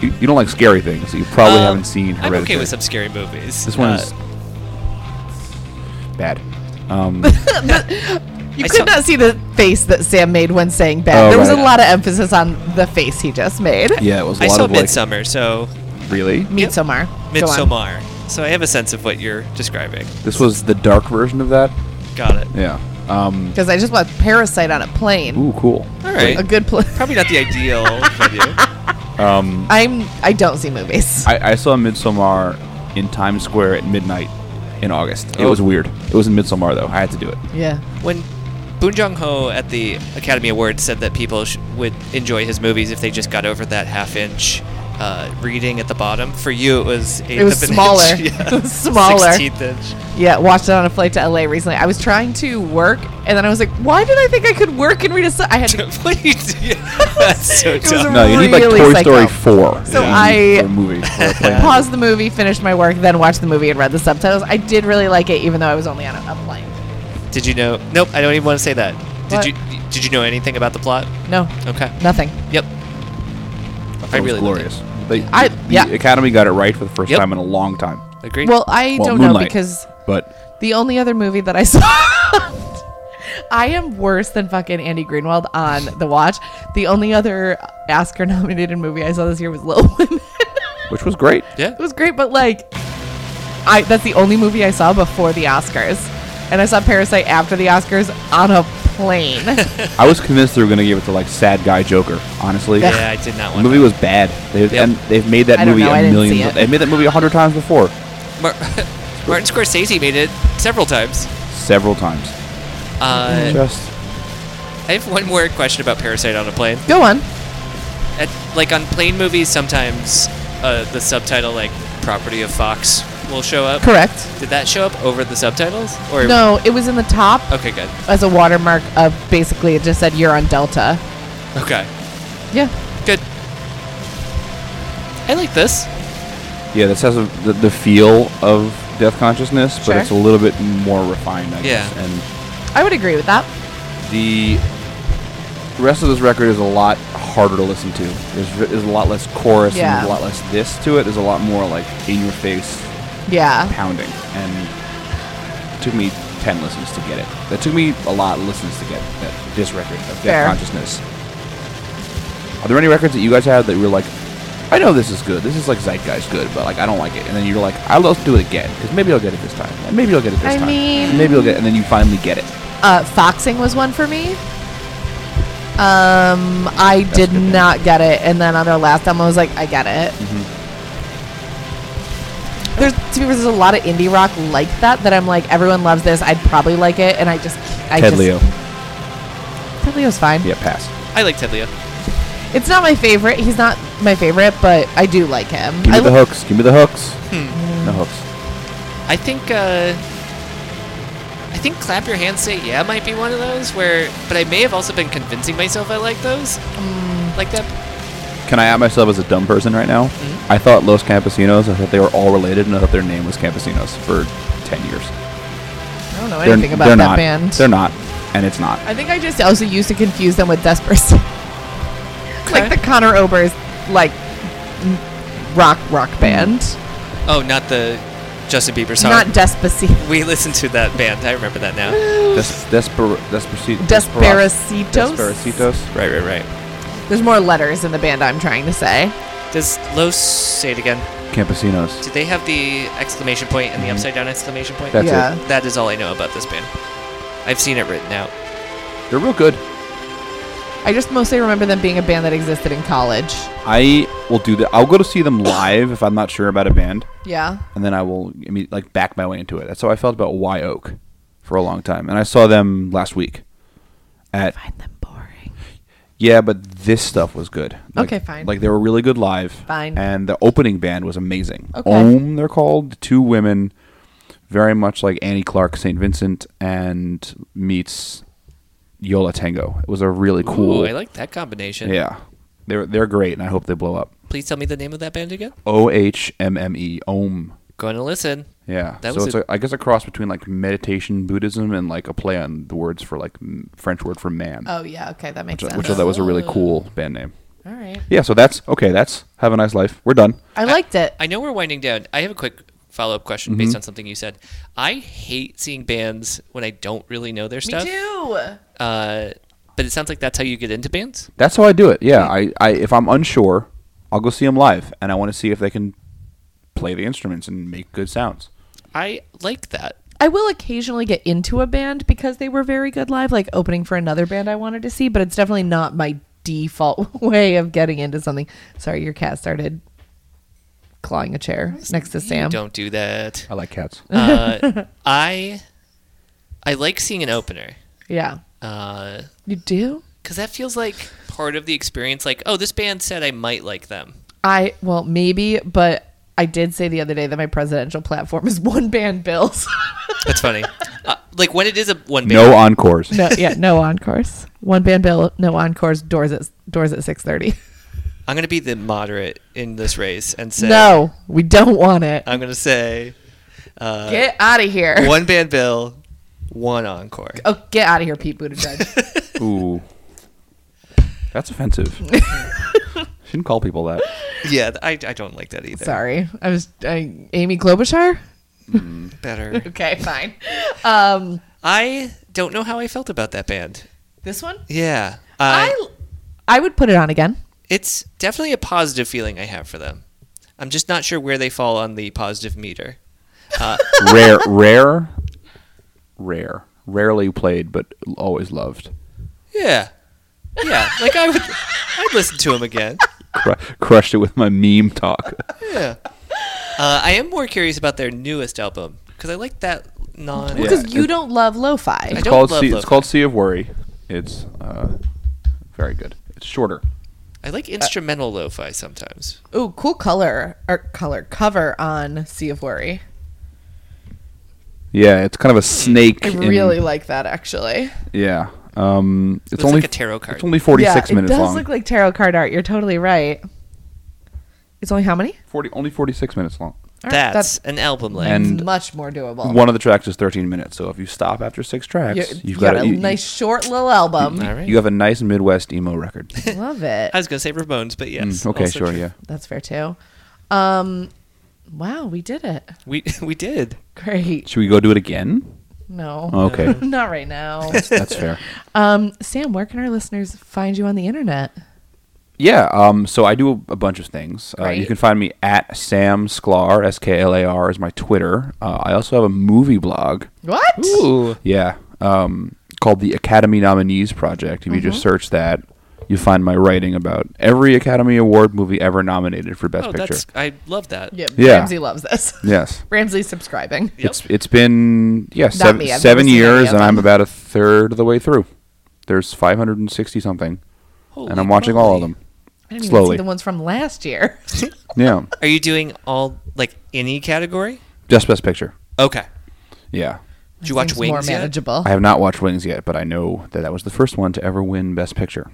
you, you don't like scary things. You probably
Um,
haven't seen
I'm
Hereditary.
okay with some scary movies.
This one
Uh,
is bad. Um,
You
I
could
saw-
not see the face that Sam made when saying bad.
Oh,
there was
right.
a lot of emphasis on the face he just made.
yeah, it was a
I
lot
saw
of like
Midsummer, so
really.
Midsommar. Go on.
Midsommar. So I have a sense of what you're describing.
This was the dark version of that.
Got it.
Yeah. Um,
Because I just watched Parasite on a plane.
ooh, cool.
All right.
A good plane.
Probably not the ideal venue.
Um,
I'm. I don't see movies.
I, I saw Midsommar in Times Square at midnight in August. It
Oh.
was weird. It was in Midsommar though. I had to do it.
yeah.
When Boon Jong Ho at the Academy Awards said that people sh- would enjoy his movies if they just got over that half inch uh, reading at the bottom, for you it was eighth
It was
of an
smaller.
Inch. Yeah.
It was smaller.
16th inch.
Yeah. Watched it on a flight to LA recently. I was trying to work, and then I was like, "Why did I think I could work and read a?" sub- I had to
what do you do? That's so
It was
dumb.
No, you need like
Really
Toy
psycho.
Story four.
So
Yeah.
I-
for a movie. for a plane.
pause the movie, finish my work, then watch the movie and read the subtitles. I did really like it, even though I was only on a, a plane.
Did you know? Nope, I don't even want to say that. Did
What?
you did you know anything about the plot?
No,
Okay.
nothing.
Yep.
thought
I
it was
really loved it.
glorious. They,
I-
the
yeah.
Academy got it right for the first
Yep.
time in a long time.
Agree.
Well, I
Well,
don't know
Moonlight.
because
But
the only other movie that I saw. I am worse than fucking Andy Greenwald on The Watch. The only other Oscar nominated movie I saw this year was Little Women.
which was great.
yeah.
it was great, but like, I that's the only movie I saw before the Oscars. And I saw Parasite after the Oscars on a plane.
I was convinced they were going to give it to like Sad Guy Joker. Honestly,
Yeah, I did not
the
want.
movie was bad. They've
Yep.
and they've made that
I don't
movie
know, I
a
didn't see
million.
it.
They've made that movie a hundred times before,
Mar- Martin Scorsese made it several times.
several times.
Uh,
Just
I have one more question about Parasite on a plane.
Go on.
At, like on plane movies, sometimes uh, the subtitle like "Property of Fox" will show up.
Correct.
Did that show up over the subtitles? Or
No, it was in the top
Okay, good.
as a watermark of basically it just said you're on Delta.
Okay,
Yeah.
good. I like this.
yeah, this has a, the, the feel of Death Consciousness,
Sure.
but it's a little bit more refined. I guess.
Yeah.
and
I would agree with that.
the rest of this record is a lot harder to listen to. There's, there's a lot less chorus
Yeah.
and a lot less this to it. There's a lot more like in your face
Yeah.
pounding, and it took me ten listens to get it. That took me a lot of listens to get that, this record of
Fair.
Death Consciousness. Are there any records that you guys had that you were like, I know this is good. This is like Zeitgeist good, but like I don't like it. And then you're like, I'll let's do it again because maybe I'll get it this time. And maybe I'll get it this
I
time.
mean-
maybe I'll get. It. And then you finally get it.
Uh, foxing was one for me. Um, I did
good.
not get it, and then on their last album, I was like, I get it.
Mm-hmm.
There's to be honest, there's a lot of indie rock like that that I'm like, everyone loves this. I'd probably like it, and I just, I
Ted
just,
Leo.
Ted Leo's fine.
Yeah, pass.
I like Ted Leo.
It's not my favorite. He's not my favorite, but I do like him.
Give
I
me
Hmm.
the
li-
hooks. Give me the hooks. No hooks.
I think uh, I think clap your hands, say yeah might be one of those where, but I may have also been convincing myself I like those, like that.
Can I out myself as a dumb person right now?
Mm-hmm.
I thought Los Campesinos. I thought they were all related, and I thought their name was Campesinos for ten years.
I don't know
They're-
anything about
they're
that
not,
band.
They're not, and it's not.
I think I just also used to confuse them with Desperate. like
Okay.
the Connor Oberst, like m- rock rock band,
Oh, not the Justin Bieber song.
not Despacito.
we listened to that band. I remember that now.
Des- desper- desper-
Desperacitos?
Desperacitos.
right, right, right.
There's more letters in the band. I'm trying to say.
Does Los say it again?
Campesinos.
Do they have the exclamation point and the upside down exclamation point?
That's
Yeah.
it.
That is all I know about this band. I've seen it written out.
They're real good.
I just mostly remember them being a band that existed in college.
I will do that. I'll go to see them live if I'm not sure about a band,
Yeah.
and then I will I mean, like back my way into it. That's how I felt about Why Oak for a long time, and I saw them last week. At
Find them boring.
yeah, but this stuff was good. Like-
Okay, fine.
Like they were really good live.
Fine.
And the opening band was amazing.
Okay.
Ohm, they're called two women, very much like Annie Clark, Saint Vincent, and meets Yola Tango. It was a really cool.
Ooh, I like that combination.
Yeah, they're they're great, and I hope they blow up.
Please tell me the name of that band again.
O H M M E Om.
Going to listen.
Yeah,
That
so
was
it's
a-
a, I guess a cross between like meditation Buddhism and like a play on the words for like m- French word for man,
Oh yeah. Okay, that makes
which,
sense.
which I thought was a really cool band name.
All right.
Yeah, so that's okay. That's have a nice life. We're done.
I liked it.
I know we're winding down. I have a quick follow up question based on something you said. I hate seeing bands when I don't really know their stuff.
too.
Uh, but it sounds like that's how you get into bands.
That's how I do it. Yeah, I, I if I'm unsure, I'll go see them live, and I want to see if they can play the instruments and make good sounds.
I like that.
I will occasionally get into a band because they were very good live, like opening for another band I wanted to see, but it's definitely not my default way of getting into something. Sorry, your cat started clawing a chair next to Sam.
Don't do that.
I like cats.
Uh, I I like seeing an opener
Yeah.
because
You do?
that feels like part of the experience. Like, oh, this band said I might like them.
I, well, maybe, but I did say the other day that my presidential platform is one band bills.
That's funny. uh, like when it is a one band.
No encores.
no, Uh, yeah, no encores. One band bill, no encores, doors at doors at 6:30.
I'm gonna be the moderate in this race and say
No, we don't want it.
I'm gonna say uh,
Get out of here.
one band bill, one encore.
Oh, get out of here, Pete Buttigieg.
Ooh, that's offensive. Shouldn't call people that.
Yeah, I, I don't like that either.
Sorry, I was I, Amy Klobuchar.
Better.
Okay, fine. Um,
I don't know how I felt about that band.
this one,
Yeah, uh,
I I would put it on again.
it's definitely a positive feeling I have for them. I'm just not sure where they fall on the positive meter.
Rare, rare, rare. Rarely played, but always loved.
Yeah, yeah. Like I would, I'd listen to them again.
Cru- crushed it with my meme talk.
Yeah. Uh, I am more curious about their newest album because I like that non.
Yeah.
Because you
it-
don't love lo-fi.
I
It's
don't
called
love
sea,
Love
It's called Sea of Worry. It's uh, very good. It's shorter.
I like instrumental lo-fi sometimes.
Ooh, cool color or color cover on Sea of Worry.
Yeah, it's
Hmm.
kind of a snake.
I
in-
really like that actually.
Yeah. Um, it's
looks
only
like a tarot card.
It's only forty six
yeah,
minutes
it does
long.
look like tarot card art. You're totally right. It's only how many?
forty only forty six minutes long.
All right,
that's, an album length.
And-
much more doable.
One of the tracks is thirteen minutes. So if you stop after six tracks,
You-
you
you
have got, a, you,
nice short little album.
All right.
You have a nice Midwest emo record.
Love it.
I was gonna say Ramones, but yes.
Mm, okay,
also
sure,
true.
yeah.
That's fair too. Um, wow, we did it.
We we did.
Great.
Should we go do it again?
No.
Okay,
Not right now.
that's fair.
um, Sam, where can our listeners find you on the internet?
Yeah, um, so I do a bunch of things. Uh, you
Great.
can find me at Sam Sklar, S K L A R, is my Twitter. Uh, I also have a movie blog.
What?
Ooh.
Yeah, um, called the Academy Nominees Project. If you just
Mm-hmm.
search that, you find my writing about every Academy Award movie ever nominated for Best
Oh,
Picture.
that's I love that.
Yeah,
Yeah.
Ramsey loves this.
Yes.
Ramsey's subscribing.
It's it's been yeah seven,
me, I've
seven
never seen any
years
of
and
them.
I'm about a third of the way through. There's 560 something,
Holy
and I'm watching all of
moly.
them.
I didn't even see
Slowly.
the ones from last year.
Yeah,
Are you doing all like any category?
just Best Picture.
Okay.
Yeah,
Did you watch
Seems
Wings
More
yet?
manageable.
I have not watched Wings yet, but I know that that was the first one to ever win Best Picture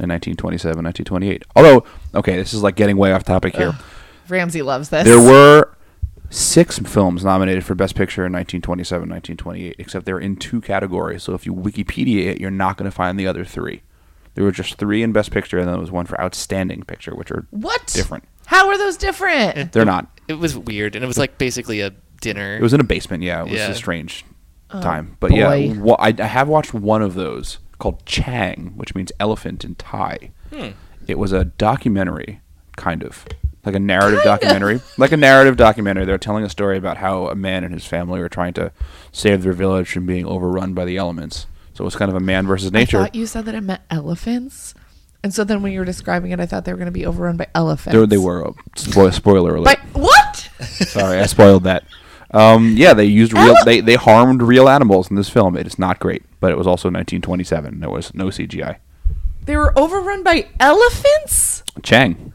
in 1927, 1928. Although, okay, this is like getting way off topic here.
Ramsey loves this.
There were six films nominated for Best Picture in 1927, 1928, except they're in two categories. So if you Wikipedia it, you're not going to find the other three. There were just three in Best Picture, and then there was one for Outstanding Picture, which are
what?
different.
How are those different?
They're not.
It was weird, and it was like basically a dinner.
It was in a basement. Yeah, it was
Yeah.
a strange time. But yeah,
Oh, boy.
wha- I, I have watched one of those called Chang, which means elephant in Thai. It was a documentary, kind of like a narrative documentary, like a narrative documentary. They're telling a story about how a man and his family were trying to save their village from being overrun by the elements. So it's kind of a man versus
I
nature.
thought you said that it meant elephants, and so then when you were describing it, I thought they were going to be overrun by elephants.
There they were. Oh, spoil, spoiler alert.
But what?
Sorry, I spoiled that. Um, yeah, they used real. They, they harmed real animals in this film. It is not great, but it was also 1927. There was no CGI.
they were overrun by elephants?
Chang.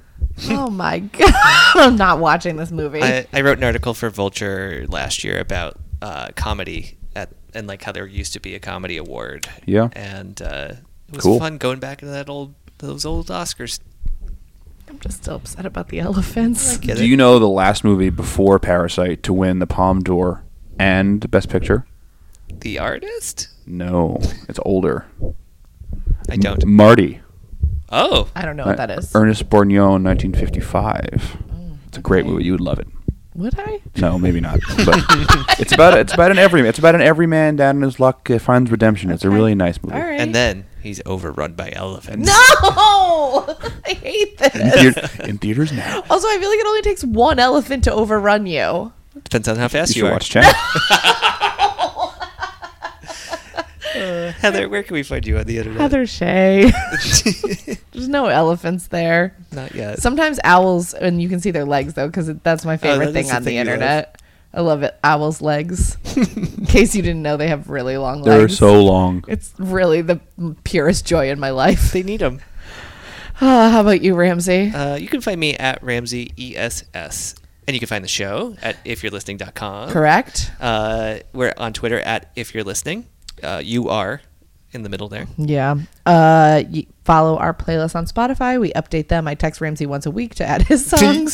Oh my god! I'm not watching this movie.
I, I wrote an article for Vulture last year about uh, comedy at and like how there used to be a comedy award.
Yeah.
and uh, it was
Cool.
fun going back to that old those old Oscars.
I'm just still upset about the elephants.
Get
Do
it?
you know the last movie before Parasite to win the Palme d'Or and Best Picture?
the artist?
No, it's older.
I don't.
Marty.
Oh,
I don't know what that is.
Ernest Borgnine, 1955. It's a great movie. You would love it.
Would I?
No, maybe not. But it's about it's about an everyman. It's about an everyman down in his luck uh, finds redemption. It's a really nice movie.
All right.
and then he's overrun by elephants.
no, I hate
In,
this.
theat- in theaters now.
Also, I feel like it only takes one elephant to overrun you.
Depends on how fast
You
you,
should
are.
watch Chang.
Heather, where can we find you on the internet?
Heather Shay. There's no elephants there.
Not yet.
Sometimes owls, and you can see their legs though, because that's my favorite
Oh, that is
thing
the
on the
thing you love.
internet. I love it. Owls' legs. in case you didn't know, they have really long legs.
They're so long.
It's really the purest joy in my life.
they need them.
Uh, how about you, Ramsey?
Uh, you can find me at Ramsey ESS. And you can find the show at ifyou'relistening.com.
Correct?
Uh, we're on Twitter at if you're listening. Uh, you are in the middle there.
Yeah. Uh, y- follow our playlist on Spotify. We update them. I text Ramsey once a week to add his songs.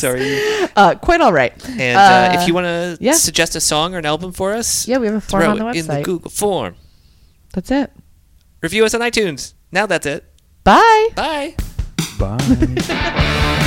Sorry.
Uh, quite all right.
And uh, if you want to
yeah.
suggest a song or an album for us,
Yeah, we have a form
throw
on the
it in the
website.
Google form.
That's it.
Review us on iTunes. Now that's it.
Bye.
Bye.
Bye.